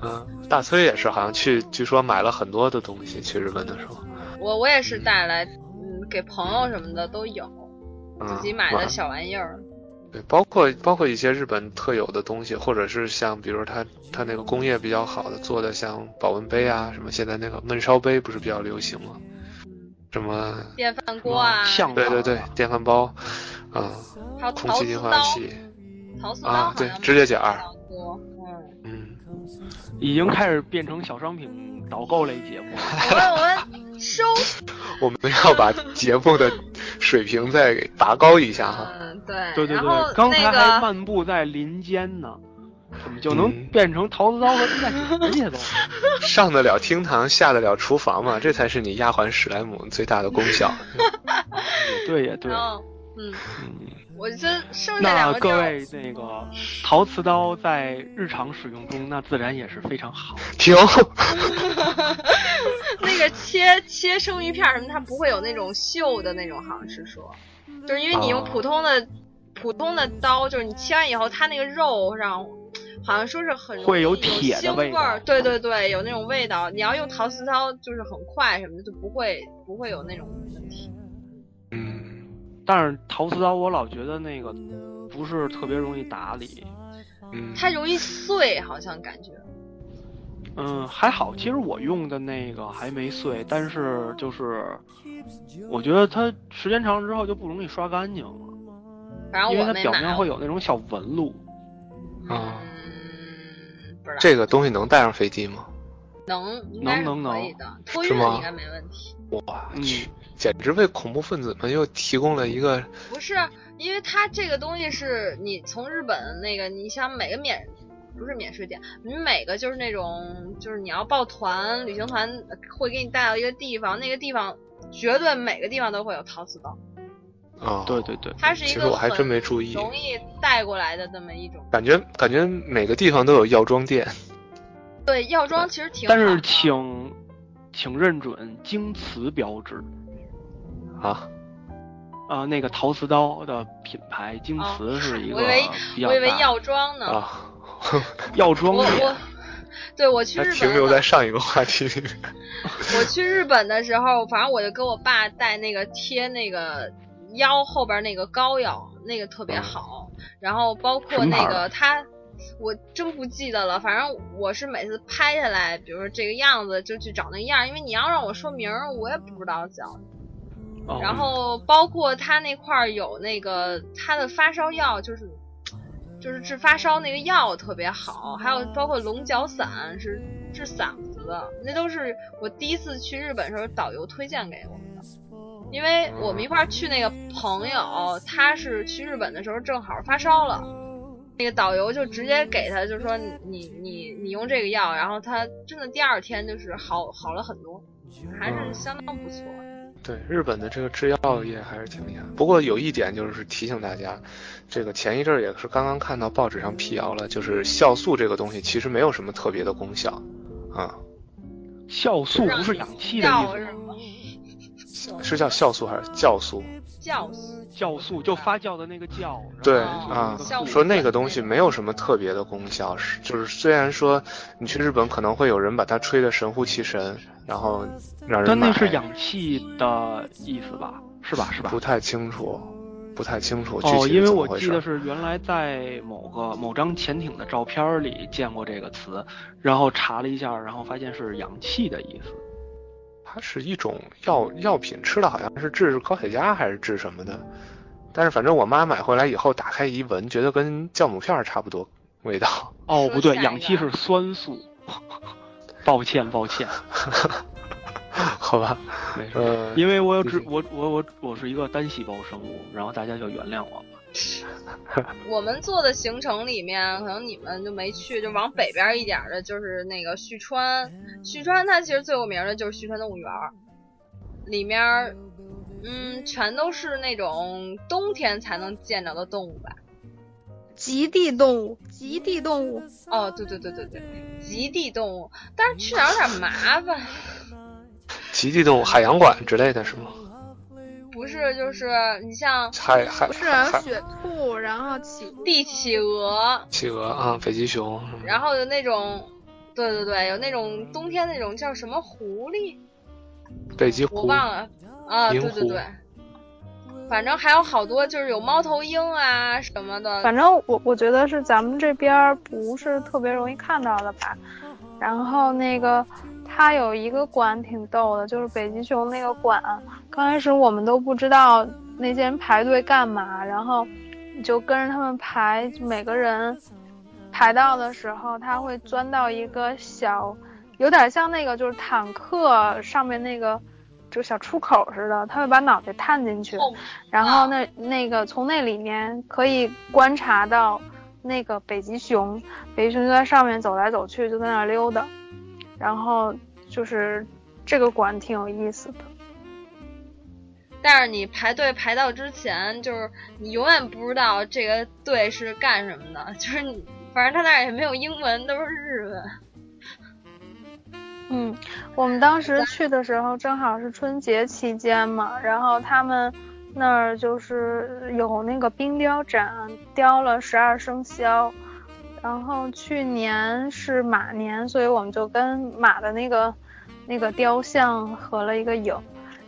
嗯，大崔也是，好像去据说买了很多的东西去日本的时候，我我也是带来，嗯，给朋友什么的都有，嗯，自己买哇的小玩意儿。对，包括包括一些日本特有的东西，或者是像比如它它那个工业比较好的做的，像保温杯啊，什么现在那个焖烧杯不是比较流行吗？什么电饭嗯锅啊，对对对，电饭煲，嗯，还有空陶气瓷净化刀器陶瓷刀啊好，对像，指甲剪儿，多，嗯，已经开始变成小商品导购类节目了。我们我们收，我们要把节目的水平再给拔高一下哈。嗯，对对对然后对，刚才那还个漫步在林间呢，怎么就嗯能变成陶瓷刀和指甲剪儿去了都？嗯上得了厅堂，下得了厨房嘛，这才是你丫鬟史莱姆最大的功效。嗯也对也对 (laughs) 然。后嗯，我就剩下两那个嗯各就位那个陶瓷刀在日常使用中，那自然也是非常好。停， (laughs) 那个切切生鱼片儿什么，它不会有那种锈的那种，好像是说，就是因为你用哦普通的、普通的刀，就是你切完以后，它那个肉上好像说是很容易会有有铁的腥味道啊儿，对对对，有那种味道。你要用陶瓷刀，就是很快什么的，就不会不会有那种问题。嗯嗯但是陶瓷刀我老觉得那个不是特别容易打理。嗯它容易碎，好像感觉。嗯，还好，其实我用的那个还没碎，但是就是我觉得它时间长了之后就不容易刷干净了，反正因为我它没表面买，会有那种小纹路。啊，嗯不知道这个东西能带上飞机吗？能应该是能能可能以的，托是运吗应该没问题。哇，嗯去，简直为恐怖分子们又提供了一个不是，因为它这个东西是你从日本那个，你像每个免不是免税店，你每个就是那种就是你要报团旅行团呃会给你带到一个地方，那个地方绝对每个地方都会有陶瓷刀，嗯哦啊，对对对它是一其个实我还很真没注意，容易带过来的这么一种。感觉感觉每个地方都有药妆店。对，药妆其实挺好但是请请认准京瓷标志啊。啊，那个陶瓷刀的品牌京哦瓷是一个我以为比较我以为大药妆呢，啊，药妆我店我对我去它日本停留在上一个话题里面。我去日本的时候，反正我就给我爸带那个贴那个腰后边那个膏药，那个特别好。然后包括嗯什么牌那儿啊个他，我真不记得了。反正我是每次拍下来，比如说这个样子，就去找那样儿，因为你要让我说名儿，我也不知道叫。哦然后包括他那块儿有那个他的发烧药，就是就是治发烧那个药特别好，还有包括龙角散是治嗓子的，那都是我第一次去日本时候导游推荐给我们的，因为我们一块儿去那个朋友，他是去日本的时候正好发烧了。那个导游就直接给他，就说你你你你用这个药，然后他真的第二天就是好好了很多，还是嗯相当不错。对日本的这个制药业还是挺厉害，不过有一点就是提醒大家，这个前一阵儿也是刚刚看到报纸上辟谣了，就是酵素这个东西其实没有什么特别的功效，啊，酵素不是氧气的意药思吗，是吗？是叫酵素还是酵素？酵酵素就发酵的那个酵，对然后啊就是那个，说那个东西没有什么特别的功效，是就是虽然说你去日本可能会有人把它吹得神乎其神，然后让人但买那，是氧气的意思吧？是吧？是吧？不太清楚，不太清楚具哦，体因是为怎么我回记事得儿。是原来在某个某张潜艇的照片儿里见过这个词，然后查了一下，然后发现是氧气的意思。它是一种药药品，吃了好像是治高血压还是治什么的，但是反正我妈买回来以后打开一闻，觉得跟酵母片儿差不多味道。哦，不对，氧气是酸素。 (laughs) 抱歉，抱歉，好吧，没事，呃、因为我有只我我我我是一个单细胞生物，然后大家就原谅我吧。我们做的行程里面，可能你们就没去，就往北边一点儿的，就是那个旭川。旭川它其实最有名的就是旭川动物园儿，里面儿，嗯，全都是那种冬天才能见着的动物吧。极地动物，极地动物，哦，对对对对对，极地动物，但是去哪儿有点麻烦。极地动物海洋馆之类的是吗？不是，就是你像海海不是啊还有海雪兔，然后企帝企鹅，企鹅啊，北极熊什么的然后有那种，对对对，有那种冬天那种叫什么狐狸，北极我狐，忘了啊，对银对狐对，反正还有好多就是有猫头鹰啊什么的，反正我我觉得是咱们这边儿不是特别容易看到的吧。然后那个它有一个馆挺逗的，就是北极熊那个馆，刚开始我们都不知道那些人排队干嘛，然后你就跟着他们排，每个人排到的时候，他会钻到一个小，有点像那个就是坦克上面那个。就小出口似的，他会把脑袋探进哦去，然后那那个从那里面可以观察到那个北极熊，北极熊就在上面走来走去，就在那儿溜达，然后就是这个馆挺有意思的。但是你排队排到之前，就是你永远不知道这个队是干什么的，就是你反正他那儿也没有英文，都是日文。嗯，我们当时去的时候正好是春节期间嘛，然后他们那儿就是有那个冰雕展，雕了十二生肖。然后去年是马年，所以我们就跟马的那个那个雕像合了一个影。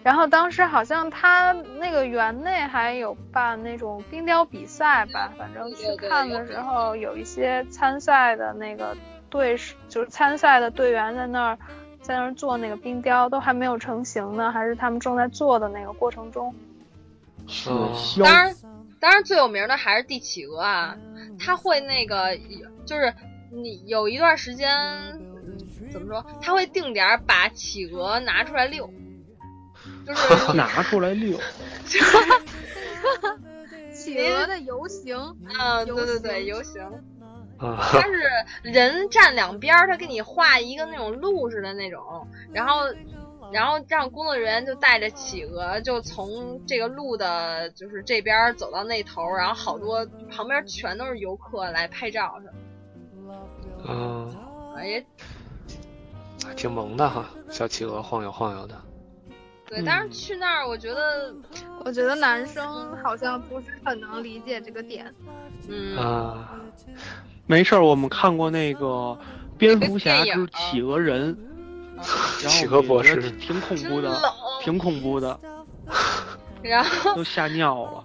然后当时好像他那个园内还有办那种冰雕比赛吧，反正去看的时候有一些参赛的那个。队是就是参赛的队员在那儿，在那儿做那个冰雕，都还没有成型呢，还是他们正在做的那个过程中。是，嗯当然，当然最有名的还是帝企鹅啊，他会那个就是你有一段时间怎么说，他会定点把企鹅拿出来遛，就是拿出来遛。企鹅的游行，嗯，对对对，游行。 (laughs) 它是人站两边儿，他给你画一个那种路似的那种，然后，然后让工作人员就带着企鹅就从这个路的，就是这边走到那头，然后好多旁边全都是游客来拍照什么的。嗯，哎，啊挺萌的哈，小企鹅晃悠晃悠的。嗯对，但是去那儿，我觉得、嗯，我觉得男生好像不是很能理解这个点。嗯啊。没事儿，我们看过那个《蝙蝠侠之企鹅人》， (laughs) 企鹅博士挺恐怖的，挺恐怖的，然后都吓尿了。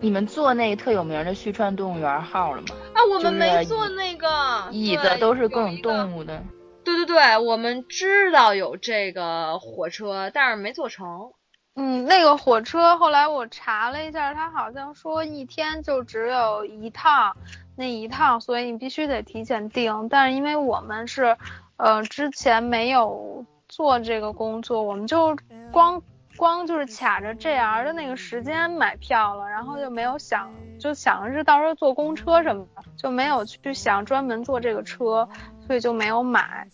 你们做那个特有名的旭川动物园号了吗？啊，我们没做那个，椅子都是各种动物的。对对对，我们知道有这个火车，但是没做成。嗯，那个火车后来我查了一下，它好像说一天就只有一趟，那一趟，所以你必须得提前订。但是因为我们是，呃，之前没有做这个工作，我们就光光就是卡着 JR 的那个时间买票了，然后就没有想，就想着是到时候坐公车什么的，就没有去想专门坐这个车，所以就没有买。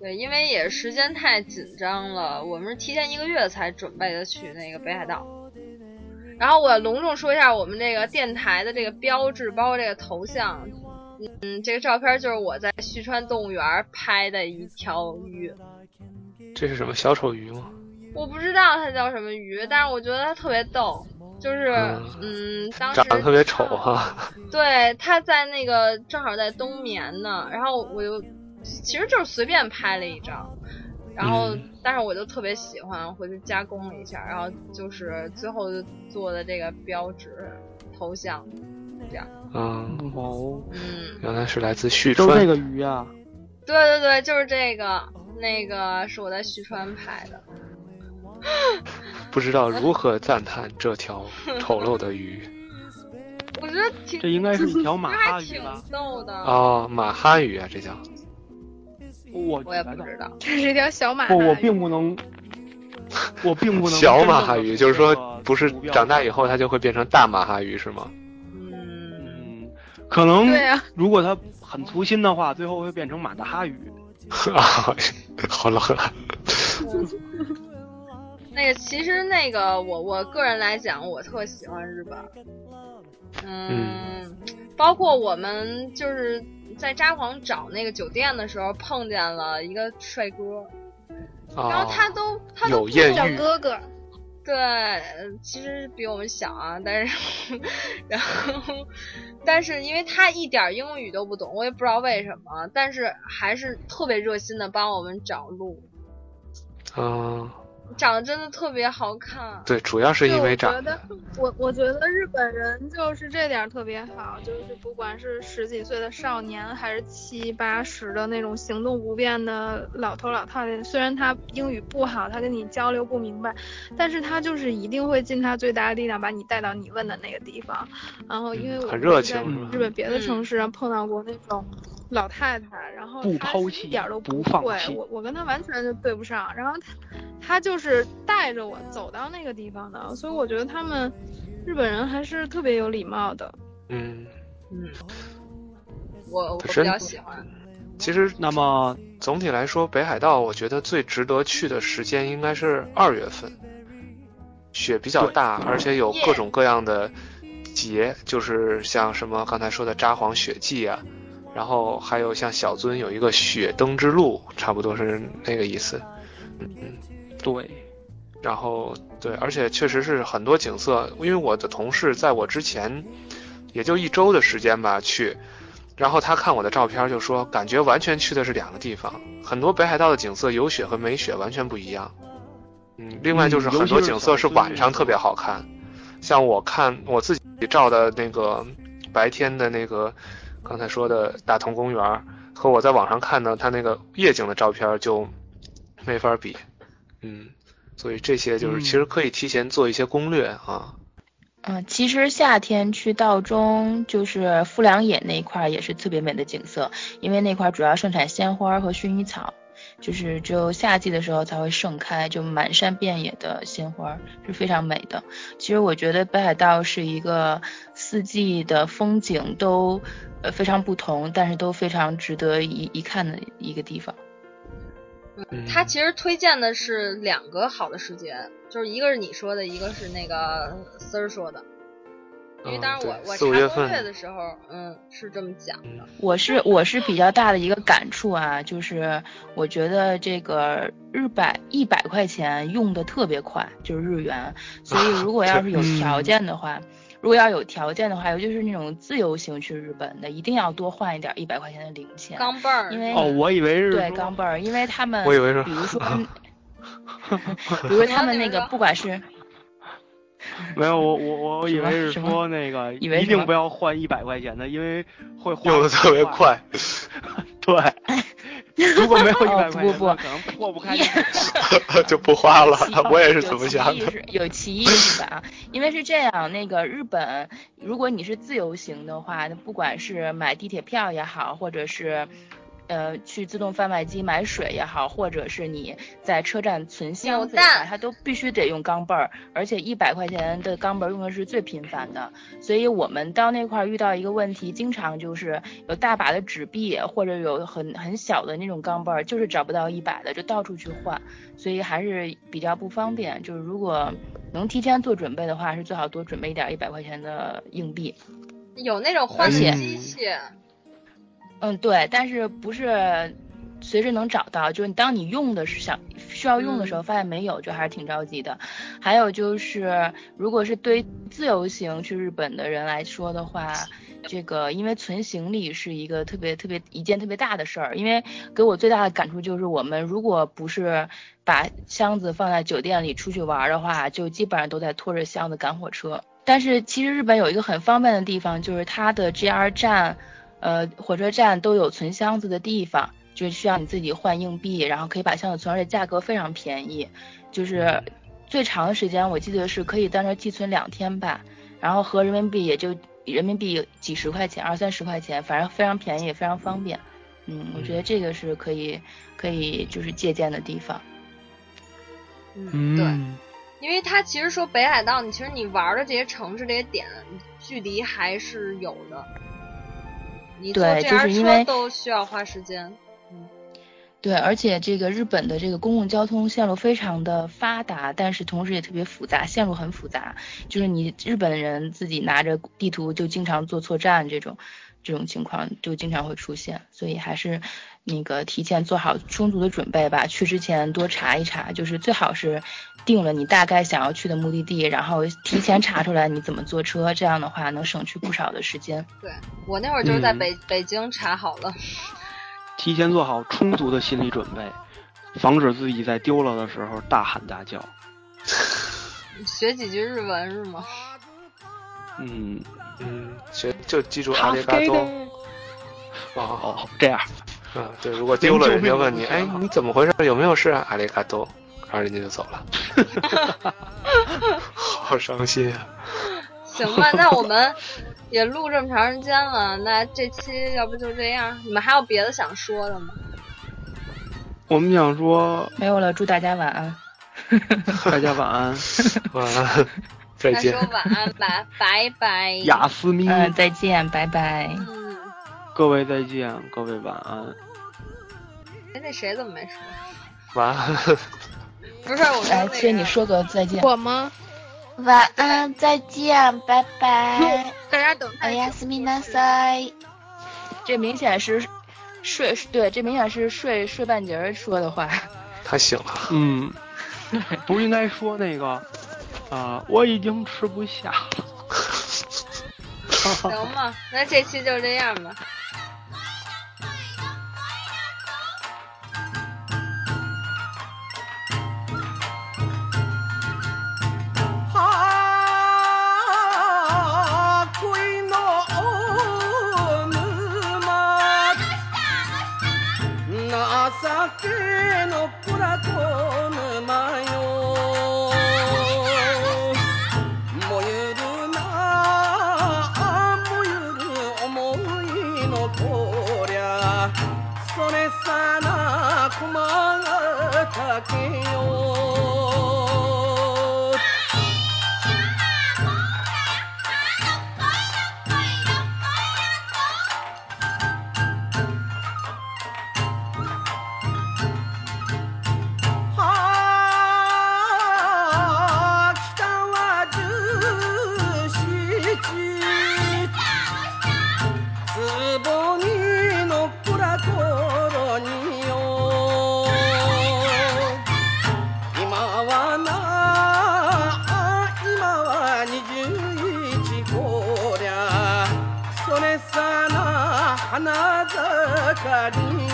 对，因为也时间太紧张了，我们是提前一个月才准备的去那个北海道。然后我隆重说一下，我们这个电台的这个标志，包括这个头像，嗯，这个照片就是我在旭川动物园拍的一条鱼。这是什么小丑鱼吗？我不知道它叫什么鱼，但是我觉得它特别逗，就是嗯，当时长得特别丑哈、啊。对，它在那个正好在冬眠呢，然后我就。其实就是随便拍了一张，然后但是我就特别喜欢，回去加工了一下，然后就是最后就做的这个标志头像，这样。嗯哦，嗯，原来是来自旭川。就这个鱼啊？对对对，就是这个，那个是我在旭川拍的。不知道如何赞叹这条丑陋的鱼。 (laughs) 我觉得挺这应该是一条 (laughs) 马哈鱼吧？挺逗的。哦，马哈鱼啊，这叫。我我也不知道，嗯这是一条小马不，我并不 (laughs) 能，我并不能。小马哈鱼就是说，不是长大以后它就会变成大马哈鱼是吗？嗯，可能。对呀、啊。如果它很粗心的话，最后会变成马大哈鱼。啊 (laughs) 好冷 (laughs) 啊！那个其实那个我我个人来讲，我特喜欢日本。嗯，嗯包括我们就是。在札幌找那个酒店的时候，碰见了一个帅哥，哦、然后他都他都小哥哥，对，其实比我们小啊，但是， (laughs) 然后，但是因为他一点英语都不懂，我也不知道为什么，但是还是特别热心的帮我们找路。啊、哦，长得真的特别好看。对，主要是因为长我觉得，我我觉得日本人就是这点儿特别好，就是不管是十几岁的少年，还是七八十的那种行动不便的老头老太太，虽然他英语不好，他跟你交流不明白，但是他就是一定会尽他最大的力量把你带到你问的那个地方。然后，因为我嗯很们热在情是吧日本别的城市上碰到过那种老太太，然后不她抛一弃点儿都不放会弃我我跟他完全就对不上，然后他他就是带着我走到那个地方的，所以我觉得他们日本人还是特别有礼貌的。嗯，嗯，我我本比身较喜欢。其实那么总体来说，北海道我觉得最值得去的时间应该是二月份，雪比较大，而且有各种各样的节，就是像什么刚才说的札幌雪季啊，然后还有像小樽有一个雪灯之路，差不多是那个意思。嗯嗯，对。然后对，而且确实是很多景色，因为我的同事在我之前也就一周的时间吧去，然后他看我的照片就说，感觉完全去的是两个地方，很多北海道的景色有雪和没雪完全不一样。嗯，另外就是嗯尤很其多是景小色是樽晚那上个特别好看，像我看我自己照的那个白天的那个刚才说的大同公园儿，和我在网上看到他那个夜景的照片儿就没法比。嗯，所以这些就是嗯其实可以提前做一些攻略啊。嗯，其实夏天去道中就是富良野那一块儿也是特别美的景色，因为那块儿主要盛产鲜花儿和薰衣草，就是只有夏季的时候才会盛开，就满山遍野的鲜花儿是非常美的。其实我觉得北海道是一个四季的风景都呃非常不同，但是都非常值得一一看的一个地方。嗯他其实推荐的是两个好的时节，就是一个是你说的，一个是那个丝儿说的。因为嗯当时我、对我四五月查份嗯攻略的时候，嗯，是这么讲的。我是我是比较大的一个感触啊，就是我觉得这个日百一百块钱用的特别快，就是日元，所以如果啊要是有嗯条件的话，如果要有条件的话，尤其是那种自由行去日本的，一定要多换一点一百块钱的零钱，钢镚儿因为哦，我以为是对说钢镚儿，因为他们我以为是比如 (laughs) 说，比如他们那个不管 (laughs) 是没有，我我我以为是什么说那个以为一什么定不要换一百块钱的，因为会花用得特别 (laughs) 快。 (laughs) 对，如果没有一百哦块钱，不不不可能破不开这个。 (laughs) 就不花了奇哦，我也是这么想有的歧义。是有歧义是吧？啊，因为是这样，那个日本，如果你是自由行的话，那不管是买地铁票也好，或者是。呃，去自动贩卖机买水也好，或者是你在车站存箱子也好，它都必须得用钢镚儿，而且一百块钱的钢镚儿用的是最频繁的。所以我们到那块儿遇到一个问题，经常就是有大把的纸币或者有很很小的那种钢镚儿，就是找不到一百的，就到处去换，所以还是比较不方便。就是如果能提前做准备的话，是最好多准备一点一百块钱的硬币。有那种换而且的机器，嗯，对，但是不是随时能找到，就是你当你用的是想需要用的时候，发现没有，就还是挺着急的。还有就是，如果是对自由行去日本的人来说的话，这个因为存行李是一个特别特别一件特别大的事儿，因为给我最大的感触就是，我们如果不是把箱子放在酒店里出去玩儿的话，就基本上都在拖着箱子赶火车。但是其实日本有一个很方便的地方，就是它的 JR 站。呃，火车站都有存箱子的地方，就是需要你自己换硬币，然后可以把箱子存，而且价格非常便宜，就是最长的时间我记得是可以在那儿寄存两天吧，然后合人民币也就人民币几十块钱，二三十块钱，反正非常便宜，也非常方便。嗯，我觉得这个是可以可以就是借鉴的地方。嗯，对，因为他其实说北海道，你其实你玩的这些城市这些点，距离还是有的。你坐 JR 对就是因为车都需要花时间。对，而且这个日本的这个公共交通线路非常的发达，但是同时也特别复杂，线路很复杂，就是你日本人自己拿着地图就经常坐错站这种，这种情况就经常会出现，所以还是那个提前做好充足的准备吧，去之前多查一查，就是最好是定了你大概想要去的目的地，然后提前查出来你怎么坐车，这样的话能省去不少的时间。对我那会儿就是在嗯北、北京查好了。 (laughs) 提前做好充足的心理准备。防止自己在丢了的时候大喊大叫。学几句日文是吗？嗯嗯，学就记住阿里嘎多。哦哦，这样。啊，对，如果丢了人家问你，哎，你怎么回事？有没有事啊？阿里嘎多，然后人家就走了。 (laughs) 好伤心啊！ (laughs) 行吧，那我们也录这么长时间了，那这期要不就这样？你们还有别的想说的吗？我们想说没有了，祝大家晚安。大家晚 (laughs) 安，晚安，再见。那说晚安吧，拜拜。雅思咪，哎嗯，再见，拜拜。嗯，各位再见，各位晚安。哎，那谁怎么没说？晚安。不是我说、那哎哎个。来，崔，你说个再见。我吗？晚安，再见，拜拜。大家等。哎呀，斯密纳塞。这明显是睡，对，这明显是睡睡半截儿说的话。他醒了。 (laughs) 嗯。不是应该说那个啊、呃，我已经吃不下了。行吧，那这期就这样吧。花盛開